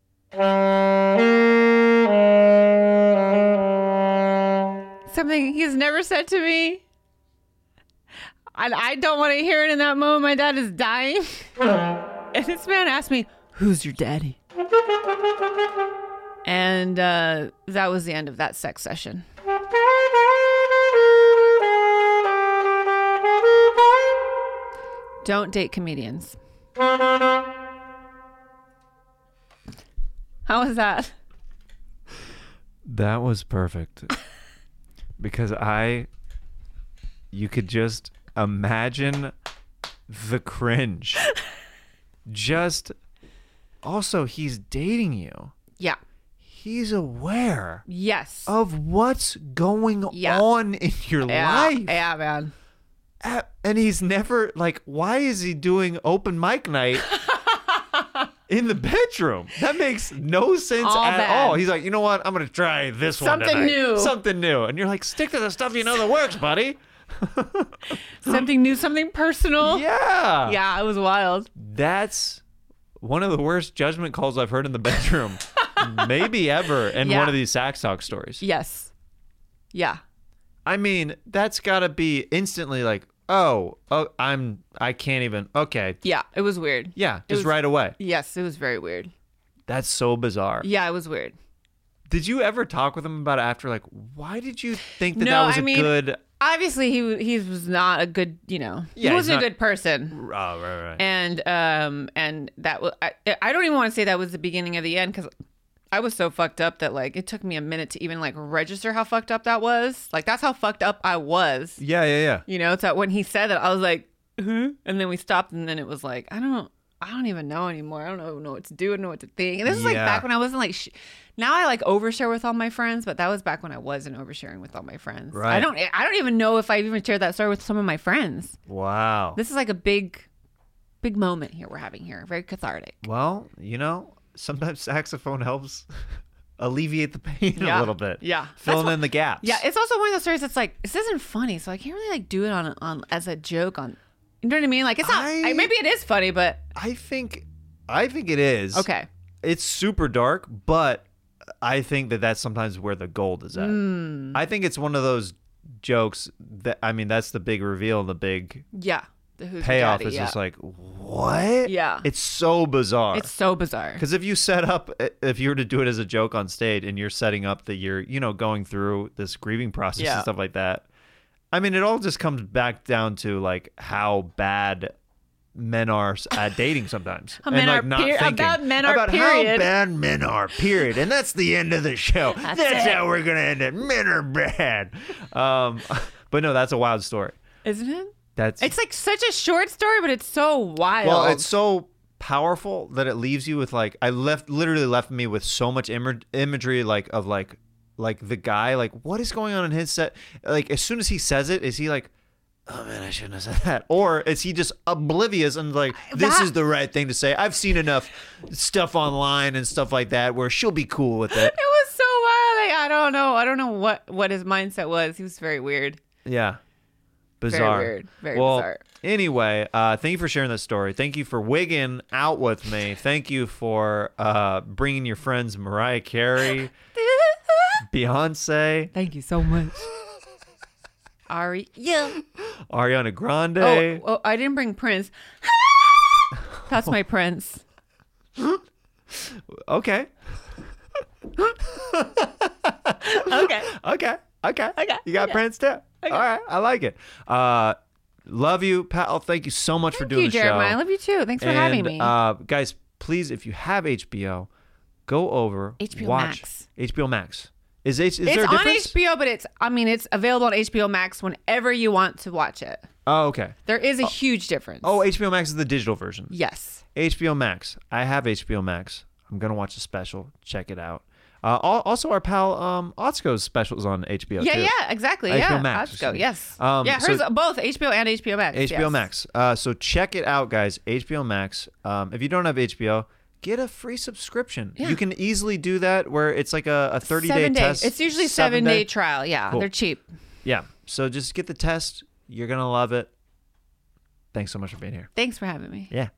Speaker 4: Something he's never said to me. And I don't want to hear it in that moment. My dad is dying. and this man asked me, Who's your daddy? And uh, that was the end of that sex session. Don't date comedians. How was that?
Speaker 2: That was perfect. because I you could just imagine the cringe. just also, he's dating you.
Speaker 4: Yeah.
Speaker 2: He's aware
Speaker 4: Yes.
Speaker 2: of what's going
Speaker 4: Yeah.
Speaker 2: on in your
Speaker 4: yeah.
Speaker 2: life.
Speaker 4: Yeah, man.
Speaker 2: Uh, and he's never like why is he doing open mic night in the bedroom that makes no sense
Speaker 4: All
Speaker 2: at
Speaker 4: bad.
Speaker 2: all he's like you know what i'm gonna try this one
Speaker 4: Something
Speaker 2: tonight.
Speaker 4: new.
Speaker 2: something new and you're like stick to the stuff you know that works buddy
Speaker 4: Something new, something personal.
Speaker 2: yeah
Speaker 4: Yeah, it was wild.
Speaker 2: that's one of the worst judgment calls i've heard in the bedroom maybe ever in
Speaker 4: Yeah.
Speaker 2: one of these sax talk stories
Speaker 4: Yes. Yeah.
Speaker 2: i mean that's gotta be instantly like oh oh i'm i can't even okay
Speaker 4: Yeah, it was weird.
Speaker 2: yeah
Speaker 4: It
Speaker 2: just
Speaker 4: was-
Speaker 2: right away
Speaker 4: Yes, it was very weird.
Speaker 2: that's so bizarre
Speaker 4: Yeah, it was weird.
Speaker 2: Did you ever talk with him about it after? Like, why did you think that
Speaker 4: No,
Speaker 2: that was
Speaker 4: I
Speaker 2: a
Speaker 4: mean-
Speaker 2: good? oh,
Speaker 4: Obviously, he w- he was not a good, you know,
Speaker 2: Yeah,
Speaker 4: he
Speaker 2: he's
Speaker 4: wasn't
Speaker 2: not-
Speaker 4: a good person.
Speaker 2: Oh, right, right.
Speaker 4: And um and that was I, I don't even want to say that was the beginning of the end cuz I was so fucked up that like it took me a minute to even like register how fucked up that was. Like that's how fucked up I was.
Speaker 2: yeah, yeah, yeah.
Speaker 4: You know, so when he said that, I was like, huh? and then we stopped, and then it was like, I don't, I don't even know anymore. I don't know, know what to do, I don't know what to think. And this is like
Speaker 2: Yeah.
Speaker 4: back when I wasn't like, sh- now I like overshare with all my friends, but that was back when I wasn't oversharing with all my friends.
Speaker 2: Right.
Speaker 4: I don't, I don't even know if I even shared that story with some of my friends.
Speaker 2: Wow.
Speaker 4: This is like a big, big moment here we're having here. Very cathartic.
Speaker 2: well, you know, sometimes saxophone helps alleviate the pain a
Speaker 4: Yeah,
Speaker 2: little bit.
Speaker 4: yeah.
Speaker 2: filling
Speaker 4: That's why-
Speaker 2: in the gaps.
Speaker 4: Yeah, it's also one of those stories that's like this isn't funny, so I can't really like do it on on as a joke on. You know what I mean? Like it's not.
Speaker 2: I-
Speaker 4: I- maybe it is funny, but
Speaker 2: I think, I think it is.
Speaker 4: okay.
Speaker 2: it's super dark, but I think that that's sometimes where the gold is at.
Speaker 4: Hmm.
Speaker 2: I think it's one of those jokes that I mean, that's the big reveal, the big
Speaker 4: Yeah. The who's your
Speaker 2: payoff
Speaker 4: daddy,
Speaker 2: is
Speaker 4: yeah.
Speaker 2: just like what?
Speaker 4: Yeah.
Speaker 2: it's so bizarre.
Speaker 4: It's so bizarre.
Speaker 2: Because if you set up, eh, if you were to do it as a joke on stage, and you're setting up that you're, you know, going through this grieving process
Speaker 4: Yeah.
Speaker 2: and stuff like that, I mean, it all just comes back down to like how bad men are at dating sometimes,
Speaker 4: How
Speaker 2: and
Speaker 4: men
Speaker 2: like
Speaker 4: are
Speaker 2: not
Speaker 4: peri-
Speaker 2: thinking
Speaker 4: about men are
Speaker 2: about how
Speaker 4: period.
Speaker 2: bad men are. Period, and that's the end of the show. that's how we're gonna end it. Men are bad. Um, but no, that's a wild story.
Speaker 4: Isn't it?
Speaker 2: That's
Speaker 4: It's like such a short story, but it's so wild.
Speaker 2: well, it's so powerful that it leaves you with like I left literally left me with so much imer- imagery like of like like the guy like what is going on in his set like as soon as he says it is he like oh man I shouldn't have said that or is he just oblivious and like this is
Speaker 4: That-
Speaker 2: the right thing to say I've seen enough stuff online and stuff like that where she'll be cool with it
Speaker 4: it was so wild. Like, I don't know. I don't know what what his mindset was. He was very weird.
Speaker 2: Yeah. Bizarre.
Speaker 4: weird. Very
Speaker 2: well,
Speaker 4: bizarre.
Speaker 2: Anyway, uh, thank you for sharing that story. Thank you for wigging out with me. Thank you for uh, bringing your friends Mariah Carey, Beyonce,
Speaker 7: Thank you so much.
Speaker 4: Ari.
Speaker 6: You
Speaker 2: Ariana Grande.
Speaker 4: Oh, oh, I didn't bring Prince. That's my Prince. oh.
Speaker 2: Okay.
Speaker 4: Okay.
Speaker 2: Okay. Okay. Okay. You got Prince too. All right. I like it. Uh, love you, pal. Thank you so much for
Speaker 4: Thank
Speaker 2: doing
Speaker 4: you,
Speaker 2: the
Speaker 4: Jeremiah.
Speaker 2: show.
Speaker 4: I love you too. Thanks for
Speaker 2: and,
Speaker 4: having me.
Speaker 2: Uh, guys, please, if you have HBO, go over
Speaker 4: HBO
Speaker 2: watch
Speaker 4: Max.
Speaker 2: HBO Max. Is, H- is
Speaker 4: it's
Speaker 2: there a
Speaker 4: on
Speaker 2: difference?
Speaker 4: HBO, but it's I mean it's available on HBO Max whenever you want to watch it.
Speaker 2: Oh, okay.
Speaker 4: There is a huge difference.
Speaker 2: Oh, HBO Max is the digital version.
Speaker 4: yes.
Speaker 2: HBO Max. I have HBO Max. I'm gonna watch a special. Check it out. Uh, al- also, our pal um, Otsko's specials on HBO.
Speaker 4: Yeah,
Speaker 2: too.
Speaker 4: yeah, exactly.
Speaker 2: HBO
Speaker 4: yeah,
Speaker 2: Max or
Speaker 4: Let's go.
Speaker 2: something.
Speaker 4: Yes.
Speaker 2: Um,
Speaker 4: yeah,
Speaker 2: so-
Speaker 4: hers both HBO and HBO Max.
Speaker 2: HBO
Speaker 4: yes.
Speaker 2: Max. Uh, so check it out, guys. HBO Max. Um, if you don't have HBO, get a free subscription. You can easily do that where it's like a, a 30
Speaker 4: seven
Speaker 2: day
Speaker 4: day.
Speaker 2: test.
Speaker 4: It's usually seven, day, trial. Yeah,
Speaker 2: Cool.
Speaker 4: they're cheap.
Speaker 2: yeah. So just get the test. You're gonna love it. Thanks so much for being here.
Speaker 4: Thanks for having me.
Speaker 2: Yeah.